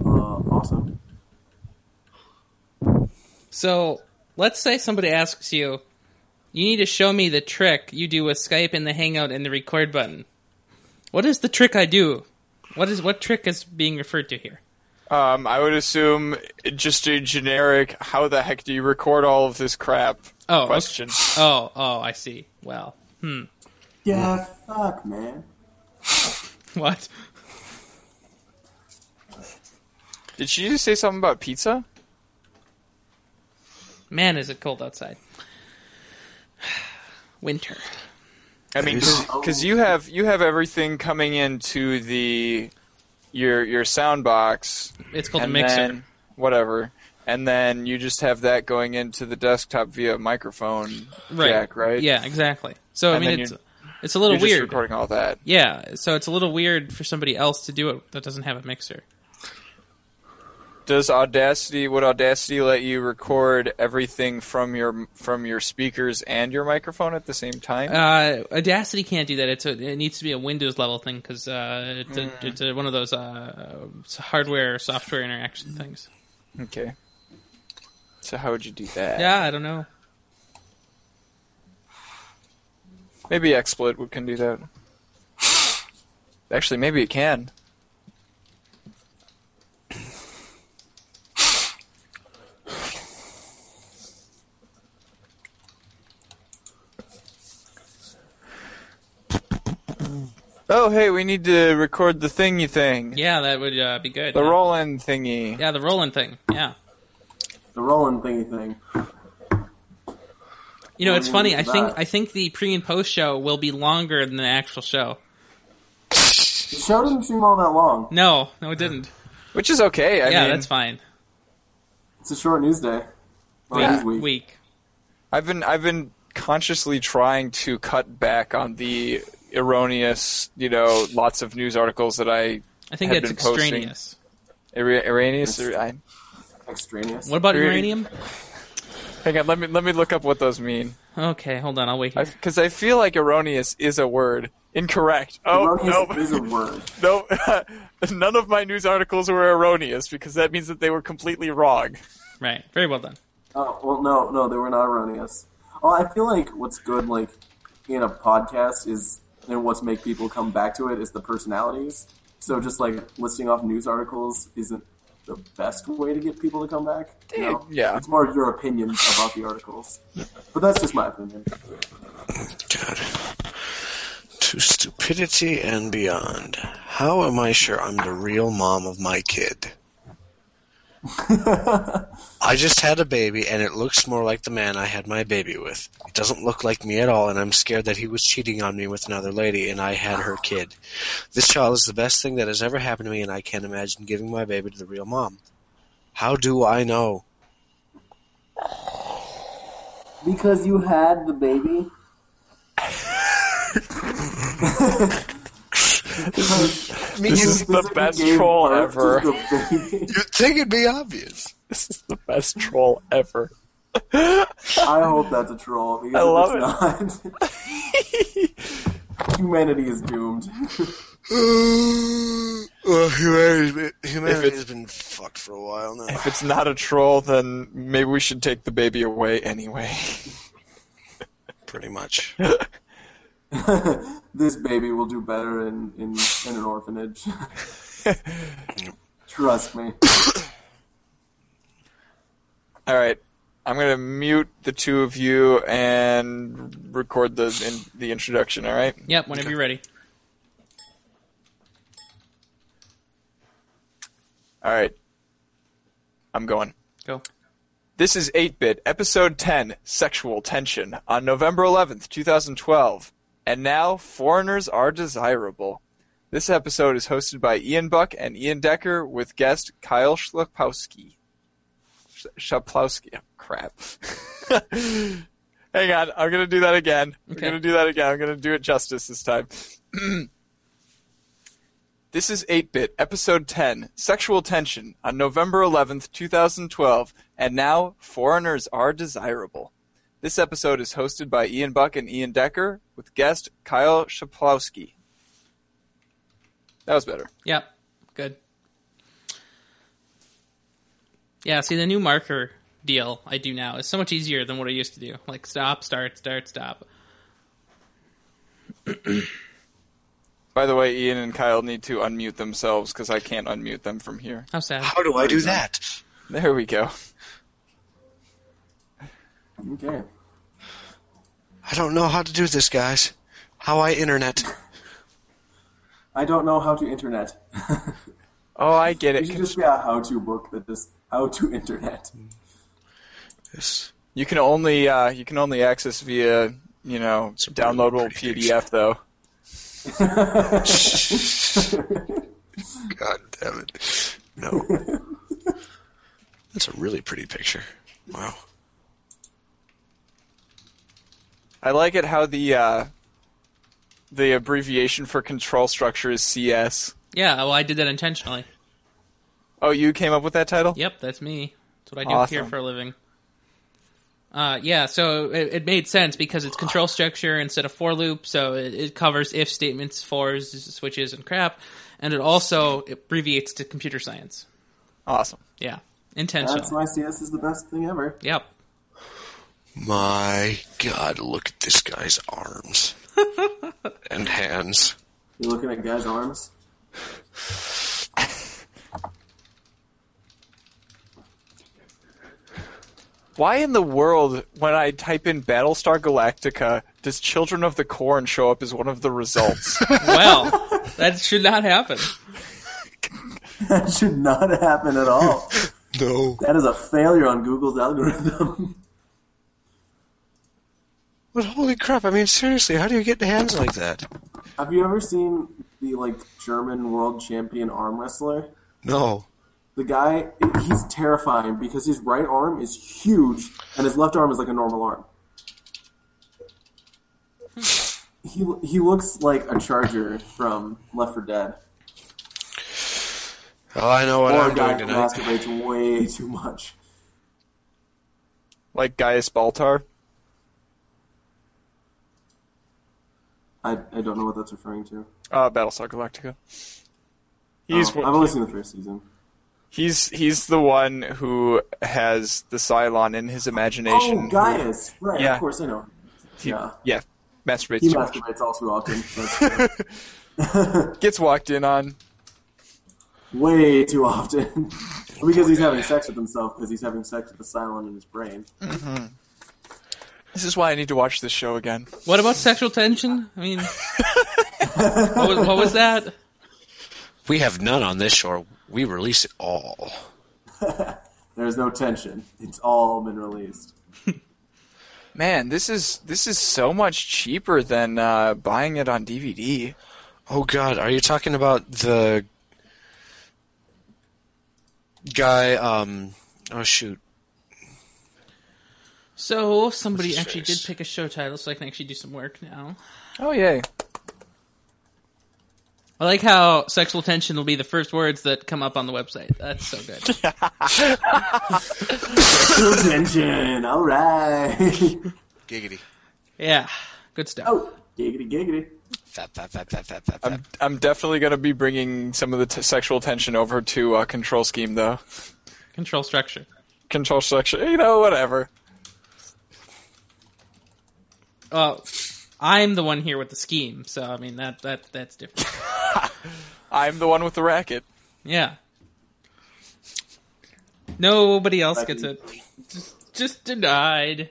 D: Uh, awesome.
A: So let's say somebody asks you, you need to show me the trick you do with Skype and the Hangout and the record button. What is the trick I do? What is what trick is being referred to here?
B: Um, I would assume just a generic "How the heck do you record all of this crap?"
A: Oh, okay.
B: question.
A: Oh, oh, I see. Well,
D: Yeah, fuck, man.
A: what?
B: Did she just say something about pizza?
A: Man, is it cold outside. Winter.
B: I mean, because you have you have everything coming into the your your sound box
A: It's called a
B: and
A: mixer.
B: then whatever, and then you just have that going into the desktop via microphone jack, right?
A: Yeah, exactly. So
B: And
A: I
B: then
A: mean, it's
B: you're-
A: it's a little
B: You're just
A: weird.
B: recording all that.
A: Yeah, so it's a little weird for somebody else to do it that doesn't have a mixer.
B: Does Audacity would Audacity let you record everything from your from your speakers and your microphone at the same time?
A: Uh, Audacity can't do that. It's a, it needs to be a Windows level thing because uh, it's, a- it's a, one of those uh, it's hardware software interaction things.
B: okay. So how would you do that?
A: Yeah, I don't know.
B: Maybe XSplit would- can do that. Actually, maybe it can. Oh, hey, we need to record the thingy thing.
A: Yeah, that would uh, be good.
B: The
A: yeah.
B: Roland thingy.
A: Yeah, the Roland thing. Yeah.
D: The Roland thingy thing.
A: You know, it's
D: Roland
A: funny. I
D: is
A: think
D: back.
A: I think the pre and post show will be longer than the actual show.
D: The show didn't seem all that long.
A: No, no, it didn't.
B: Which is okay. I
A: yeah,
B: mean,
A: that's fine.
D: It's a short news day. Or news week.
A: Week.
B: I've been I've been consciously trying to cut back on the erroneous, you know, lots of news articles that I
A: I think
B: Have
A: that's
B: been posting.
A: extraneous.
B: Ira- Iranius. Ira- er, I,
D: Extraneous.
A: What about
B: Really?
A: uranium?
B: hang on, let me let me look up what those mean
A: Okay, hold on. I'll wait here.
B: because I, feel like erroneous is a word. Incorrect. Oh
D: Erroneous
B: no,
D: is a word.
B: no, none of my news articles were erroneous because that means that they were completely wrong.
A: Right. Very well done.
D: Oh well, no, no, they were not erroneous. Oh, I feel like what's good, like in a podcast, is and what's make people come back to it is the personalities. So just like listing off news articles isn't the best way to get people to come back. you know?
B: yeah.
D: it's more your opinion about the articles, but that's just my opinion.
C: God. To stupidity and beyond. How am I sure I'm the real mom of my kid? I just had a baby and it looks more like the man I had my baby with. It doesn't look like me at all and I'm scared that he was cheating on me with another lady and I had her kid. This child is the best thing that has ever happened to me and I can't imagine giving my baby to the real mom. How do I know?
D: Because you had the baby.
B: This is the best troll ever.
C: You'd think it'd be obvious.
B: This is the best troll ever.
D: I hope that's a troll. Because
B: I love
D: if it's Not, humanity is doomed.
C: Uh, well, humanity, humanity
B: it's-
C: has been fucked for a while now.
B: If it's not a troll, then maybe we should take the baby away anyway.
C: pretty much.
D: this baby will do better in, in, in an orphanage. Trust me.
B: All right, I'm gonna mute the two of you and record the in, the introduction. All right.
A: Yep. Whenever you're ready.
B: All right. I'm going.
A: Go.
B: This is 8 Bit, Episode 10, Sexual Tension, on November 11th, 2012. And now, Foreigners Are Desirable. This episode is hosted by Ian Buck and Ian Decker with guest Kyle Schlapowski. Sh- Shaplowski. Oh, crap. Hang on, I'm going to do that again. I'm
A: Okay.
B: going to do that again. I'm going to do it justice this time. This is 8 Bit, Episode 10, Sexual Tension, on November 11th, 2012, and now Foreigners Are Desirable. This episode is hosted by Ian Buck and Ian Decker, with guest Kyle Shaplowski. That was better.
A: Yep. Good. Yeah, see the new marker deal I do now is so much easier than what I used to do. Like stop, start, start, stop.
B: By the way, Ian and Kyle need to unmute themselves because I can't unmute them from here.
A: How sad.
C: How do I do that?
B: There we go.
D: Okay.
C: I don't know how to do this, guys. How I internet.
D: I don't know how to internet.
B: Oh, I get
D: It
B: it.
D: should just be a how-to book that just how to internet.
C: Yes.
B: You can only uh, you can only access via you know
C: a brutal
B: downloadable
C: abbreviation.
B: PDF though.
C: God damn it. No. That's a really pretty picture. Wow.
B: I like it how the uh, the abbreviation for control structure is CS.
A: Yeah, well I did that intentionally.
B: Oh, you came up with that title?
A: Yep, that's me. That's what I do
B: Awesome.
A: here for a living. Uh, yeah, so it, it made sense because it's control structure instead of for loop, so it, it covers if statements, fors, switches, and crap, and it also abbreviates to computer science.
B: Awesome.
A: Yeah, intentional.
D: That's why CS is the best thing ever.
A: Yep.
C: My God, look at this guy's arms and hands.
D: You're looking at guys' arms.
B: Why in the world, when I type in Battlestar Galactica, does Children of the Corn show up as one of the results?
A: Well, that should not happen.
D: That should not happen at all.
C: No.
D: That is a failure on Google's algorithm.
C: But holy crap, I mean, seriously, how do you get hands like that?
D: Have you ever seen the like German world champion arm wrestler?
C: No.
D: The guy, he's terrifying because his right arm is huge and his left arm is like a normal arm. He he looks like a charger from Left 4 Dead.
C: Oh, I know what
D: Or a
C: I'm
D: guy
C: doing
D: who
C: tonight.
D: masturbates way too much.
B: like Gaius Baltar?
D: I, I don't know what that's referring to.
B: Uh, Battlestar Galactica. He's
D: Oh, I've only seen the first season.
B: he's he's the one who has the Cylon in his imagination.
D: Oh,
B: who-
D: Gaius, right?
B: Yeah.
D: Of course, I know.
B: he-
D: yeah.
B: yeah, masturbates
D: He
B: too much.
D: masturbates all too often. That's
B: Gets walked in on.
D: way too often. because he's having sex with himself, because he's having sex with the silent in his brain.
B: This is why I need to watch this show again.
A: What about sexual tension? I mean, what, was, what was that?
C: We have none on this shore. We release it all.
D: There's no tension. It's all been released.
B: Man, this is this is so much cheaper than uh, buying it on DVD.
C: Oh God, are you talking about the guy? Um, oh shoot,
A: So somebody actually did
C: face.
A: pick a show title, so I can actually do some work now.
B: Oh yay!
A: I like how sexual tension will be the first words that come up on the website. That's so good.
D: No tension. All right.
C: giggity,
A: Yeah, good stuff.
D: oh, giggity giggity.
C: fat, fat, fat, fat, fat, fat, fat.
B: I'm I'm definitely gonna be bringing some of the t- sexual tension over to uh, Control Scheme though.
A: Control structure.
B: Control Structure, you know, whatever.
A: Well, I'm the one here with the scheme, so I mean that that that's different.
B: I'm the one with the racket.
A: Yeah. Nobody else gets it. Just, just denied.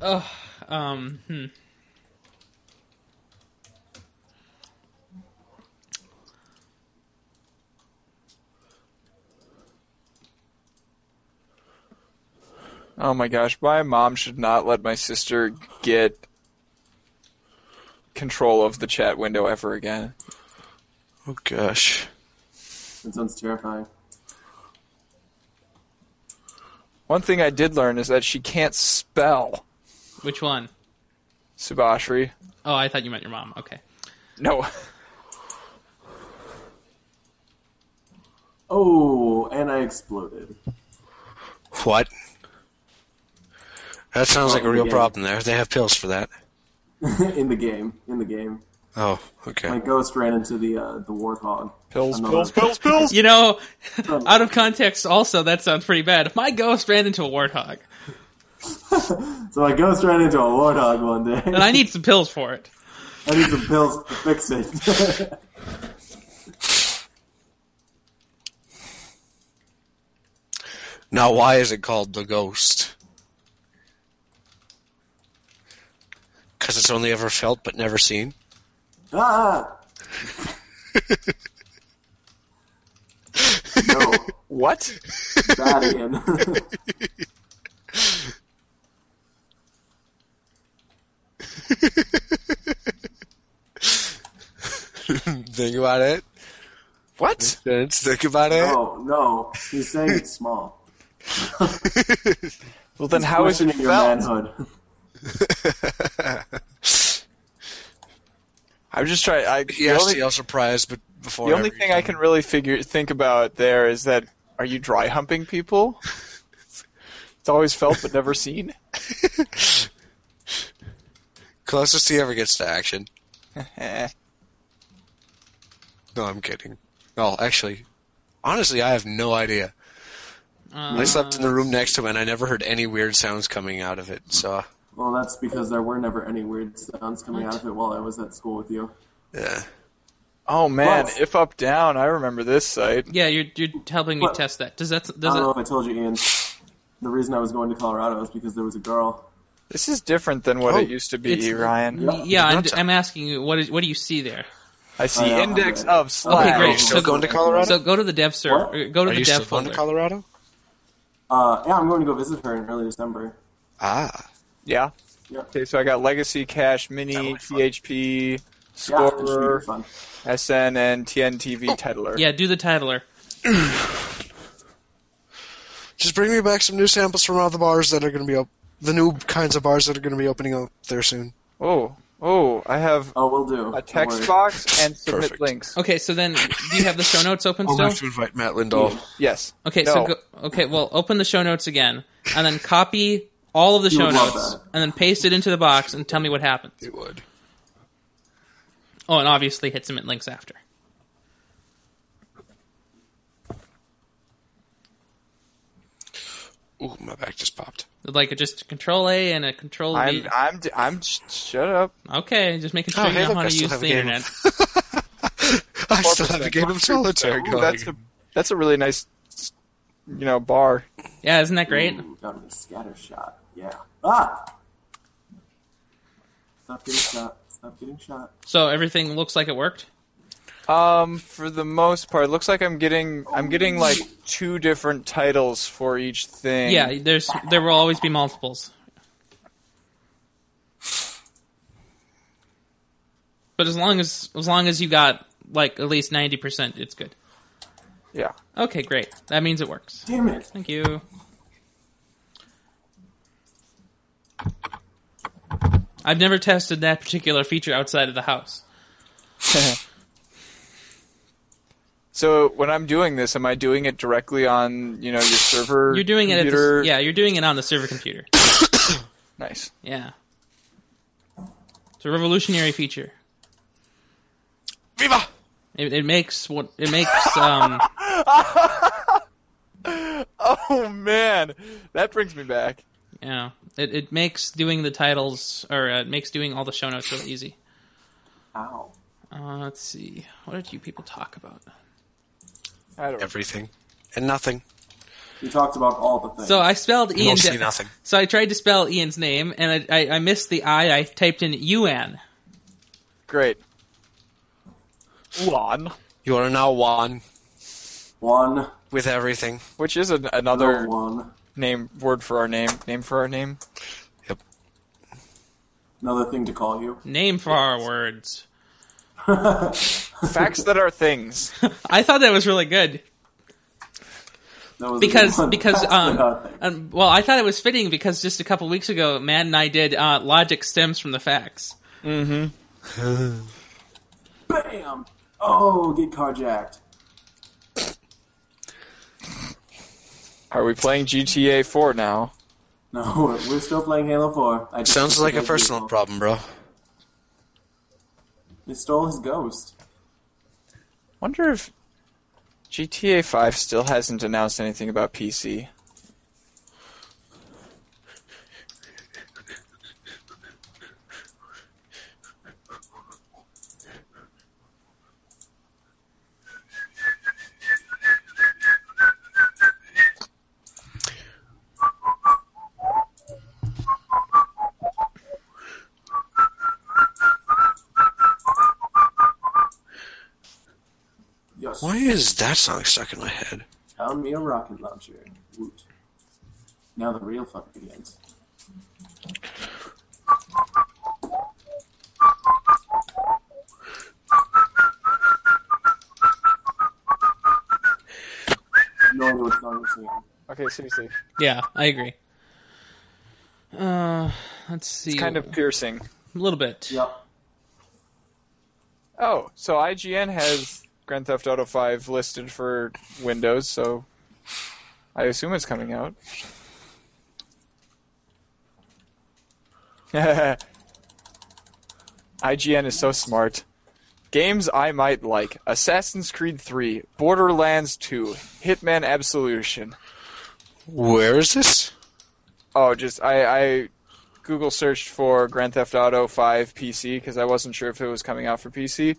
A: Ugh. Um. Hmm.
B: Oh my gosh, my mom should not let my sister get control of the chat window ever again.
C: Oh gosh,
D: That sounds terrifying.
B: One thing I did learn is that she can't spell
A: Which one?
B: Subashri.
A: Oh, I thought you meant your mom. Okay.
B: No,
D: Oh, and I exploded.
C: what? That sounds like a real
D: Yeah.
C: problem. There, they have pills for that.
D: in the game. In the game.
C: Oh,
D: My
C: okay.
D: ghost ran into the uh, the warthog.
B: pills,
D: Another-
B: pills, pills, pills.
A: You know,
D: Oh.
A: out of context, also that sounds pretty bad. My ghost ran into a warthog,
D: So my ghost ran into a warthog one day.
A: and I need some pills for it.
D: I need some pills to fix it.
C: Now, why is it called the ghost? Because it's only ever felt but never seen.
D: ah. no,
B: What?
D: bad again.
C: Think about it.
B: What?
C: Vince, Think about it.
D: No, no. He's saying it's small.
B: Well, then how is it
D: Questioning your
B: spelled?
D: manhood.
B: I'm just trying. I,
C: He
B: the
C: has
B: only,
C: to yell surprised, but before
B: the only
C: every
B: thing I can really figure think about there is that are you dry humping people? It's always felt but never seen.
C: closest he ever gets to action.
B: Eh.
C: No, I'm kidding. No, actually, honestly, I have no idea. I
A: Uh,
C: slept in the room next to him, and I never heard any weird sounds coming out of it. So,
D: Well, that's because there were never any weird sounds coming out of it while I was at school with you.
C: yeah.
B: Oh man,
D: Plus-
B: if up down, I remember this site.
A: yeah, you're you're helping me
D: What?
A: test that. Does that
D: I
C: Oh,
A: does
D: don't know
A: that
D: if I told you, Ian. The reason I was going to Colorado is because there was a girl.
B: This is different than what
C: Oh,
B: it used to be,
A: it's-
B: Ryan.
A: Yeah, I'm,
C: Not-
A: I'm asking you, what, is, what do you see there?
B: I see
D: Uh,
B: index
D: okay.
B: of slash.
A: Okay, great.
C: Still going to Colorado?
A: So go to the dev
D: What?
A: server. Go to
C: Are
A: the
C: you
A: dev
C: still going
A: folder.
C: to Colorado?
D: Uh, yeah, I'm going to go visit her in early December.
C: Ah,
B: Yeah.
D: Yeah.
B: Okay, so I got legacy, cache, mini, THP,
D: Yeah, it should be
B: scorer,
D: fun.
B: SN, and TNTV titler.
A: Oh, Yeah, do the titler.
I: Just bring me back some new samples from all the bars that are going to be up. The new kinds of bars that are going to be opening up there soon.
B: Oh, oh, I have
D: Oh, we'll do.
B: a
D: Don't
B: text
D: worry.
B: box and submit
C: Perfect.
B: links.
A: Okay, so then do you have the show notes open
C: Oh,
I: I'll
A: still?
I: have to invite Matt Lindahl.
B: Yes.
A: Okay,
B: No.
A: so go, okay, well, open the show notes again, and then copy all of the
D: You
A: show
D: would love
A: notes,
D: that.
A: and then paste it into the box, and tell me what happens.
C: It would.
A: Oh, and obviously hit submit links after.
C: Ooh, my back just popped.
A: Like just a control A and a control V.
B: I'm, I'm, I'm, sh- shut up.
A: Okay, just making sure
C: Oh,
A: you
C: hey,
A: know
C: look,
A: how
C: I
A: to
C: still
A: use
C: have
A: the
C: a game.
A: internet.
I: I still have a game of solitaire
B: Ooh,
I: going.
B: that's a, that's a really nice, you know, bar.
A: Yeah, isn't that great?
D: Ooh, got me scatter shot. Yeah. Ah. Stop getting shot. Stop getting shot.
A: So everything looks like it worked.
B: Um, for the most part, it looks like I'm getting, I'm getting like two different titles for each thing.
A: Oh. Yeah, there's there will always be multiples. But as long as as long as you got like at least ninety percent, it's good.
B: Yeah.
A: Okay, great. That means it works.
D: Damn it.
A: Thank you. I've never tested that particular feature outside of the house.
B: so when I'm doing this, am I doing it directly on, you know, your server?
A: You're doing it at
B: computer?
A: the, yeah, you're doing it on the server computer.
B: Nice.
A: Yeah. It's a revolutionary feature.
C: Viva!
A: It, it makes what it makes um
B: Oh man, that brings me back.
A: you know, it, it makes doing the titles or uh, it makes doing all the show notes really easy.
D: Ow.
A: Uh, let's see. What did you people talk about?
B: I don't.
C: Everything. And nothing.
D: We talked about all the things.
A: So I spelled Ian.
C: Mostly
A: de-
C: nothing.
A: So I tried to spell Ian's name and I, I, I missed the I. I typed in Yuan.
B: Great. Ulan,
C: You are now one
D: one.
C: with everything.
B: which is an,
D: Another
B: another
D: one.
B: name word for our name, name for our name.
C: Yep.
D: Another thing to call you.
A: Name for our words.
B: Facts that are things.
A: I thought that was really good
D: That was a
A: because
D: good one.
A: because
D: That's
A: um,
D: another thing.
A: um well I thought it was fitting because just a couple weeks ago Matt and I did uh, logic stems from the facts.
D: Bam. Oh, get carjacked.
B: Are we playing GTA 4 now?
D: No, we're, we're still playing Halo 4. I just
C: Sounds like a
D: disappeared
C: personal
D: people.
C: problem, bro.
D: They stole his ghost.
B: Wonder if GTA 5 still hasn't announced anything about PC.
D: Yes.
C: Why is that song stuck in my head?
D: Found me a rocket launcher. Woot. Now the real fun begins. No idea what song it's singing.
B: Okay, seriously,
A: Yeah, I agree. Uh, let's see.
B: kind of piercing.
A: a little bit.
D: Yep.
B: Oh, so IGN has Grand Theft Auto 5 listed for Windows, so I assume it's coming out. IGN is so smart. Games I might like Assassin's Creed 3, Borderlands 2, Hitman Absolution.
C: Where is this?
B: Oh, just I, I Google searched for Grand Theft Auto 5 PC because I wasn't sure if it was coming out for PC,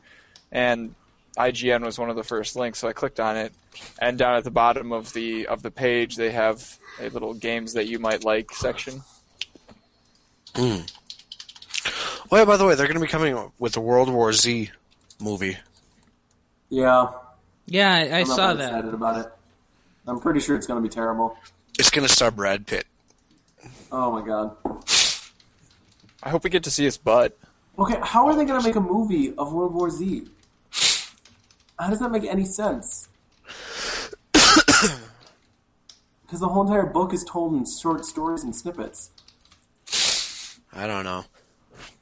B: and IGN was one of the first links, so I clicked on it. And down at the bottom of the of the page, they have a little games that you might like section.
C: Oh yeah, by the way, they're going to be coming with the World War Z movie.
D: Yeah,
A: Yeah, I, I
D: I'm not
A: saw
D: that
A: that.
D: excited about it. I'm pretty sure it's going to be terrible.
C: It's going to star Brad Pitt.
D: Oh my god.
B: I hope we get to see his butt.
D: Okay, how are they going to make a movie of World War Z? How does that make any sense? Because the whole entire book is told in short stories and snippets.
C: I don't know.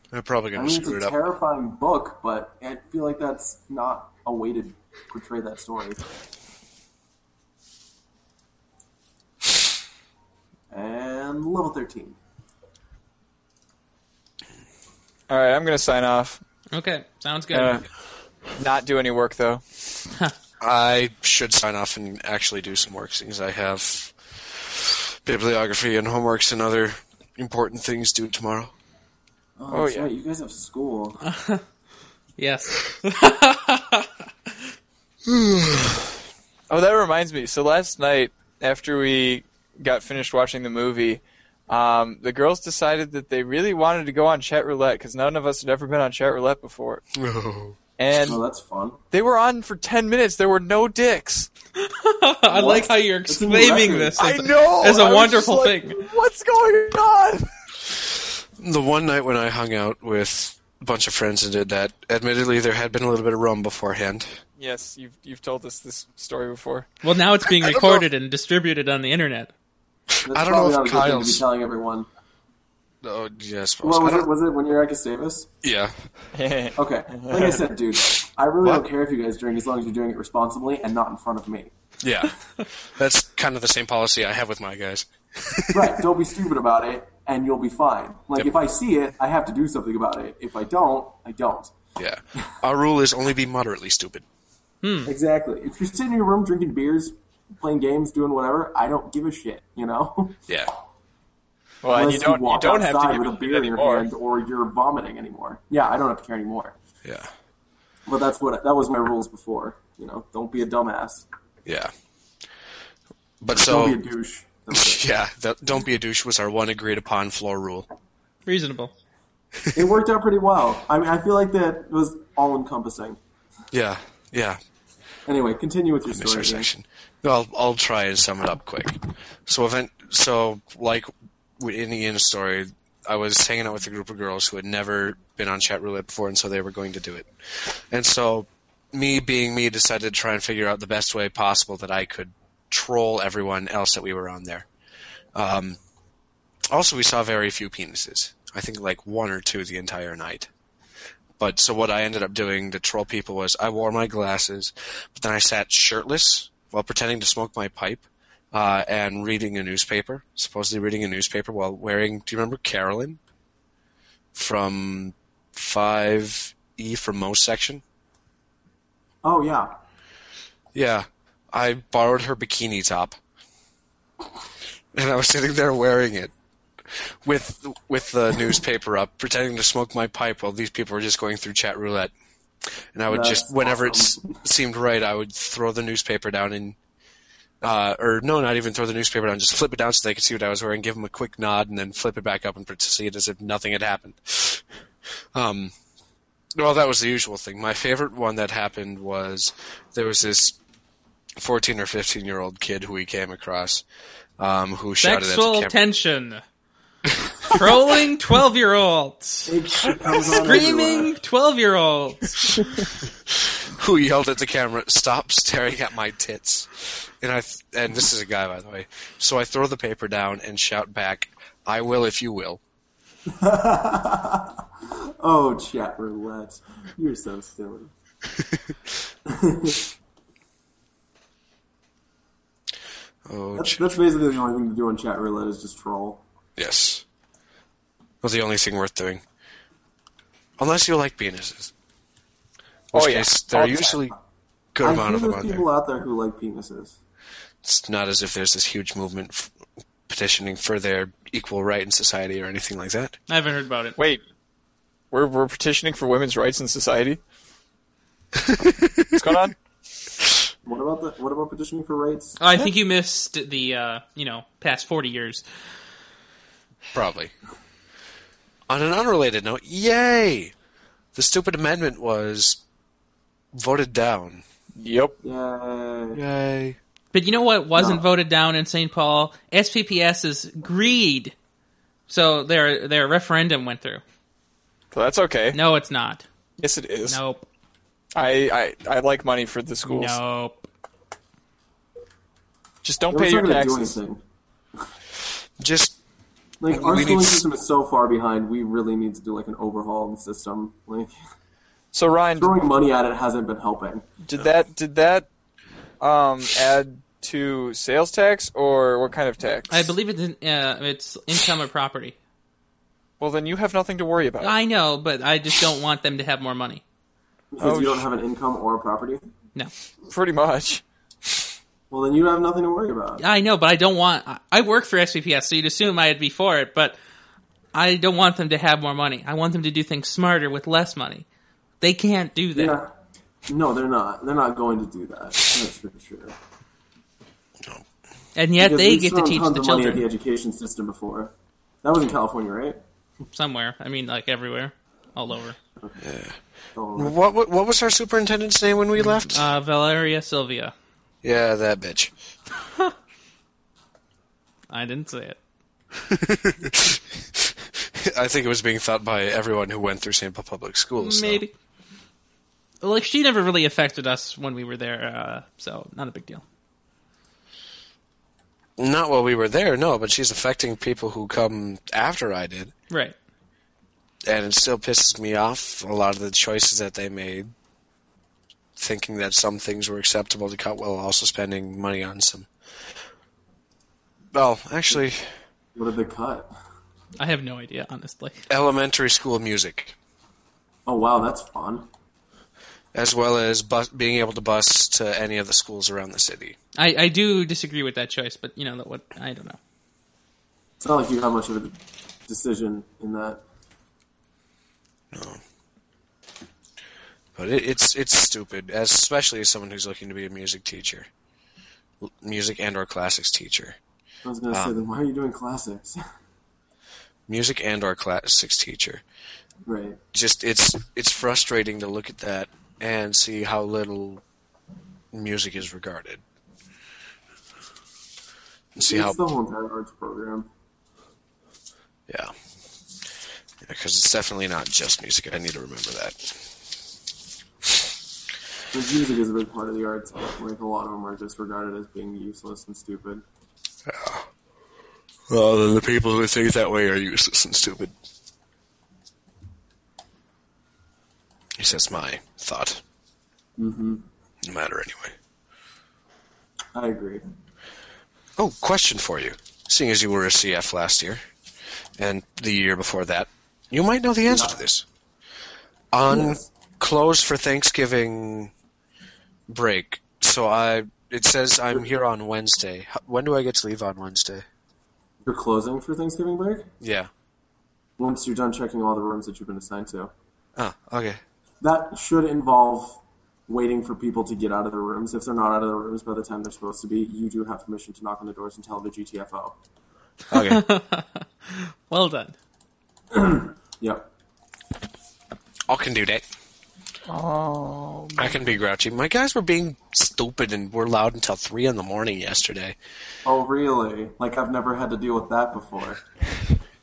C: They're probably
D: I
C: going to
D: mean,
C: screw it
D: it's a
C: up.
D: terrifying book, but I feel like that's not a way to portray that story. And level 13.
B: All right, I'm gonna sign off.
A: Okay, sounds good.
B: Uh, not do any work though.
C: I should sign off and actually do some work since I have bibliography and homeworks and other important things due tomorrow.
D: Oh,
B: Oh,
D: that's
B: yeah.
D: right, you guys have school.
A: yes.
B: Oh, that reminds me. So last night, after we got finished watching the movie, um, the girls decided that they really wanted to go on chat roulette because none of us had ever been on chat roulette before. And
D: Oh, that's fun.
B: They were on for 10 minutes. There were no dicks.
A: I like
D: What?
A: how you're
D: That's a new
A: exclaiming
D: record.
A: this.
B: I
A: It's-
B: know.
A: It's
B: I
A: a
B: was
A: wonderful
B: just like,
A: thing.
B: What's going on?
C: the one night when I hung out with a bunch of friends and did that, admittedly, there had been a little bit of rum beforehand.
B: Yes, you've, you've told us this story before.
A: Well, now it's being
C: don't know.
A: recorded and distributed on the internet.
D: That's
C: I don't know if
D: probably not a good thing to be
C: Kyle's-
D: telling everyone.
C: Oh, yeah, I suppose.
D: Well,
C: I
D: was
C: don't-
D: it, was it when you were at Gustavus?
C: yeah.
D: Okay. Like I said, dude, I really
C: What?
D: don't care if you guys drink as long as you're doing it responsibly and not in front of me.
C: Yeah. That's kind of the same policy I have with my guys.
D: Right. Don't be stupid about it, and you'll be fine. Like,
C: Yep.
D: if I see it, I have to do something about it. If I don't, I don't.
C: Yeah. Our rule is only be moderately stupid.
B: Hmm.
D: Exactly. If you're sitting in your room drinking beers, playing games, doing whatever, I don't give a shit, you know?
C: Yeah.
B: Well, and you
D: Unless
B: don't, you,
D: walk
B: don't have
D: outside
B: to give
D: with a
B: a shit
D: beer in your
B: anymore.
D: hand or you're vomiting anymore. Yeah, I don't have to care anymore.
C: Yeah.
D: But that's what that was my rules before. You know, don't be a dumbass.
C: Yeah. But
D: Don't
C: so,
D: be a douche. That's it.
C: yeah, that, don't be a douche was our one agreed upon floor rule.
A: Reasonable.
D: it worked out pretty well. I mean, I feel like that was all encompassing.
C: Yeah. Yeah.
D: Anyway, continue with your
C: miss our
D: story. Ian.
C: section. No, I'll, I'll try and sum it up quick. So event, so like w- in the end story, I was hanging out with a group of girls who had never been on chat roulette before, and so they were going to do it. And so me being me decided to try and figure out the best way possible that I could troll everyone else that we were on there. Um, also, we saw very few penises. I think like one or two the entire night. But so what I ended up doing to troll people was I wore my glasses, but then I sat shirtless while pretending to smoke my pipe uh, and reading a newspaper, supposedly reading a newspaper while wearing. Do you remember Carolyn from Five E from Most section?
D: Oh yeah.
C: Yeah, I borrowed her bikini top, and I was sitting there wearing it with with the newspaper up, pretending to smoke my pipe while these people were just going through chat roulette. And I would
D: That's
C: just, whenever it s- seemed right, I would throw the newspaper down and, uh, or no, not even throw the newspaper down, just flip it down so they could see what I was wearing, give them a quick nod, and then flip it back up and proceed as if nothing had happened. Um, well, that was the usual thing. My favorite one that happened was there was this 14 or 15 year old kid who we came across um, who shouted at the
A: Sexual
C: camera.
A: tension. Trolling 12 year olds.
D: It comes on everywhere.
A: Screaming 12 year olds.
C: who yelled at the camera, "Stop staring at my tits!" And I th- and this is a guy, by the way. So I throw the paper down and shout back, "I will if you will."
D: Oh, chat roulette. You're so silly.
C: Oh,
D: That's,
C: ch-
D: that's basically the only thing to do on chat roulette is just troll.
C: yes. Was the only thing worth doing, unless you like penises. In
B: Oh,
C: which
B: yeah.
C: case,
B: All
C: there are
B: the time.
C: usually good
D: I
C: amount
D: hear
C: of them
D: there's
C: on
D: people
C: there.
D: out there who like penises.
C: It's not as if there's this huge movement f- petitioning for their equal right in society or anything like that.
A: I haven't heard about it.
B: Wait, we're, we're petitioning for women's rights in society? What's going on?
D: What about the what about petitioning for rights?
A: I think you missed the uh, you know past forty years.
C: Probably. On an unrelated note, yay! The stupid amendment was voted down.
B: Yep.
D: Yay.
C: Yay.
A: But you know what wasn't voted down in St. Paul? SPPS's greed. So their their referendum went through.
B: So that's okay.
A: No, it's not.
B: Yes, it is.
A: Nope.
B: I, I I like money for the schools.
A: Nope.
B: Just don't
D: We're
B: pay your
D: not gonna do
B: taxes.
D: anything.
C: Just
D: Like our
C: We
D: schooling
C: need-
D: system is so far behind. We really need to do like an overhaul in the system. Like
B: So Ryan, did,
D: throwing money at it hasn't been helping.
B: did that did that um add to sales tax or what kind of tax?
A: I believe it's in, uh, it's income or property.
B: Well, then you have nothing to worry about.
A: I know, but I just don't want them to have more money.
D: Because
B: Oh,
D: you don't
B: sh-
D: have an income or a property.
A: No,
B: Pretty much.
D: Well, then you have nothing to worry about.
A: I know, but I don't want. I- I work for SVPS, so you'd assume I'd be for it, but I don't want them to have more money. I want them to do things smarter with less money. They can't do that.
D: Yeah. No, they're not. They're not going to do that. That's for sure.
A: And yet
D: Because
A: they
D: we've
A: get to
D: thrown
A: teach
D: tons
A: the
D: of money at the
A: children
D: education system before. That was in California, right?
A: somewhere. I mean, like everywhere, all over.
D: Oh,
C: what wa- what was our superintendent's name when we left?
A: Uh, Valeria Silvia.
C: yeah, that bitch.
A: I didn't say it.
C: I think it was being thought by everyone who went through St. Paul Public Schools. so-
A: Maybe. Well, Like she never really affected us when we were there, uh, so not a big deal.
C: Not while we were there, no, but she's affecting people who come after I did.
A: Right.
C: And it still pisses me off a lot of the choices that they made, thinking that some things were acceptable to cut while also spending money on some. Well, actually,
D: what did they cut?
A: I have no idea, honestly.
C: elementary school music,
D: Oh wow, that's fun.
C: as well as bus- being able to bus to any of the schools around the city.
A: I, I do disagree with that choice, but you know that what I don't know.
D: It's not like you have much of a decision in that.
C: But it, it's it's stupid, especially as someone who's looking to be a music teacher, L- music and or classics teacher,
D: I was gonna say, then why are you doing classics?
C: music and or classics teacher.
D: right.
C: Just it's it's frustrating to look at that and see how little music is regarded. And see how
D: It's the whole entire arts program.
C: yeah, because it's definitely not just music. I need to remember that.
D: Because music is a big part of the arts. Like a lot of them are just regarded as being useless and stupid.
C: Well, then the people who think that way are useless and stupid. At least that's my thought.
D: Mm-hmm.
C: No matter anyway.
D: I agree.
C: Oh, question for you. Seeing as you were a CF last year, and the year before that, you might know the answer to this. On
D: Yes.
C: close for Thanksgiving break, so I it says I'm here on Wednesday. H- When do I get to leave on Wednesday?
D: You're closing for Thanksgiving break
C: Yeah.
D: once you're done checking all the rooms that you've been assigned to.
C: Ah, okay.
D: That should involve waiting for people to get out of their rooms. If they're not out of their rooms by the time they're supposed to be, you do have permission to knock on the doors and tell the GTFO.
C: Okay.
A: Well done.
D: Yep.
C: I can do that. Oh. I can be grouchy. My guys were being stupid and were loud until three in the morning yesterday.
D: Oh, really? Like, I've never had to deal with that before.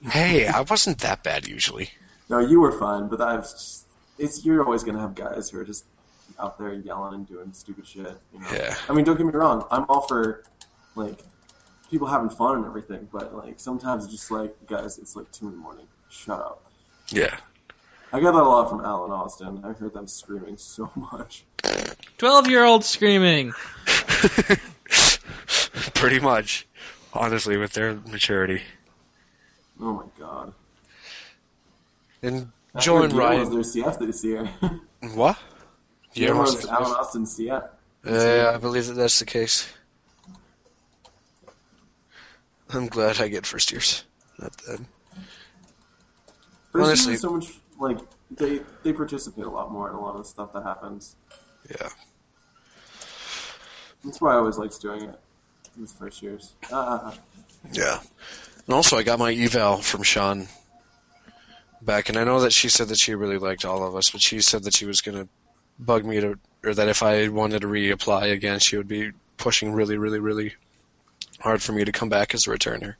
C: Hey, I wasn't that bad usually.
D: No, you were fine, but I've just, it's you're always gonna have guys who are just out there yelling and doing stupid shit. You know?
C: Yeah.
D: I mean, don't get me wrong. I'm all for like people having fun and everything, but like sometimes it's just like guys, it's like two in the morning. Shut up.
C: Yeah.
D: I got that a lot from Alan Austin. I heard them screaming so much.
A: Twelve year old screaming.
C: Pretty much. Honestly, with their maturity.
D: Oh my god.
C: And
D: I
C: Joe
D: heard
C: and
D: Guillermo
C: Ryan.
D: was their CF this year.
C: What? Yeah,
D: Guillermo was Alan Austin's CF.
C: uh, I believe that that's the case. I'm glad I get first years. Not them.
D: But it's
C: Honestly-
D: just so much like they they participate a lot more in a lot of the stuff that happens.
C: Yeah.
D: That's why I always liked doing it in the first years. Uh,
C: Yeah. And also, I got my eval from Sean back, and I know that she said that she really liked all of us, but she said that she was going to bug me to, or that if I wanted to reapply again, she would be pushing really, really, really hard for me to come back as a returner.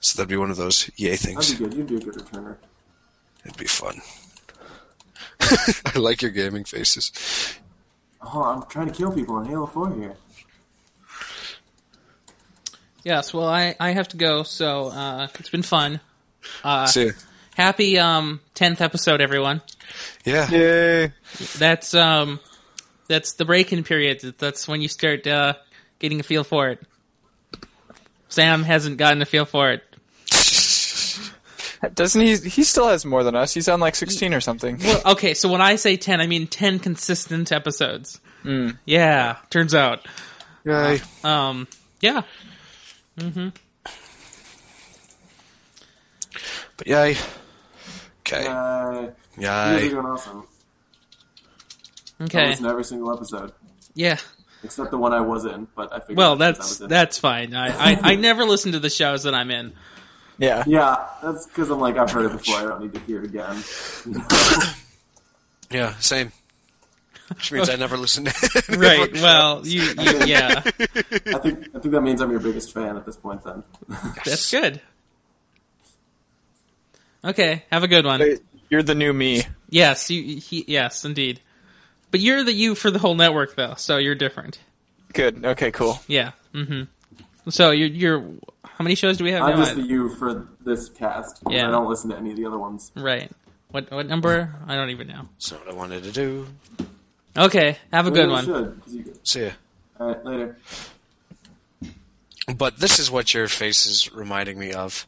C: So that'd be one of those yay things.
D: that'd be good. You'd be a good returner.
C: It'd be fun. I like your gaming faces.
D: Oh, I'm trying to kill people on Halo 4 here.
A: Yes, well, I, I have to go, so uh, it's been fun. Uh,
C: See, ya.
A: happy um, 10th episode, everyone.
C: yeah,
B: Yay.
A: That's um, that's the break-in period. That's when you start uh, getting a feel for it. Sam hasn't gotten a feel for it.
B: Doesn't he? He still has more than us. He's on like 16 or something.
A: Well, okay, so when I say 10, I mean 10 consistent episodes.
D: Hmm.
A: Yeah, turns out.
C: Yay.
A: Um, yeah.
C: but yay. Okay,
D: Uh, you guys are
C: yay.
D: doing awesome. I
A: Okay.
D: listen to every single episode,
A: Yeah.
D: except the one I was in, but I figured
A: Well,
D: that
A: that's
D: was in.
A: that's fine. I, I, I never listen to the shows that I'm in.
B: Yeah.
D: Yeah, that's because I'm like, I've heard it before, I don't need to hear it again.
C: Yeah, same. Which means I never listened to
A: Right. Well, you, you yeah.
D: I think I think that means I'm your biggest fan at this point then.
A: That's good. Okay, have a good one.
B: You're the new me.
A: Yes, you he, yes, indeed. But you're the you for the whole network though, so you're different.
B: Good. Okay. Cool.
A: Yeah. Mhm. So you're you're how many shows do we have
D: I'm
A: now?
D: just the you for this cast. 'cause
A: Yeah.
D: I don't listen to any of the other ones.
A: Right. What what number? I don't even know.
C: That's not what I wanted to do.
A: Okay, have a
D: Maybe
A: good
D: I
A: one.
D: should, 'cause you-
C: See ya.
D: all right, later.
C: But this is what your face is reminding me of.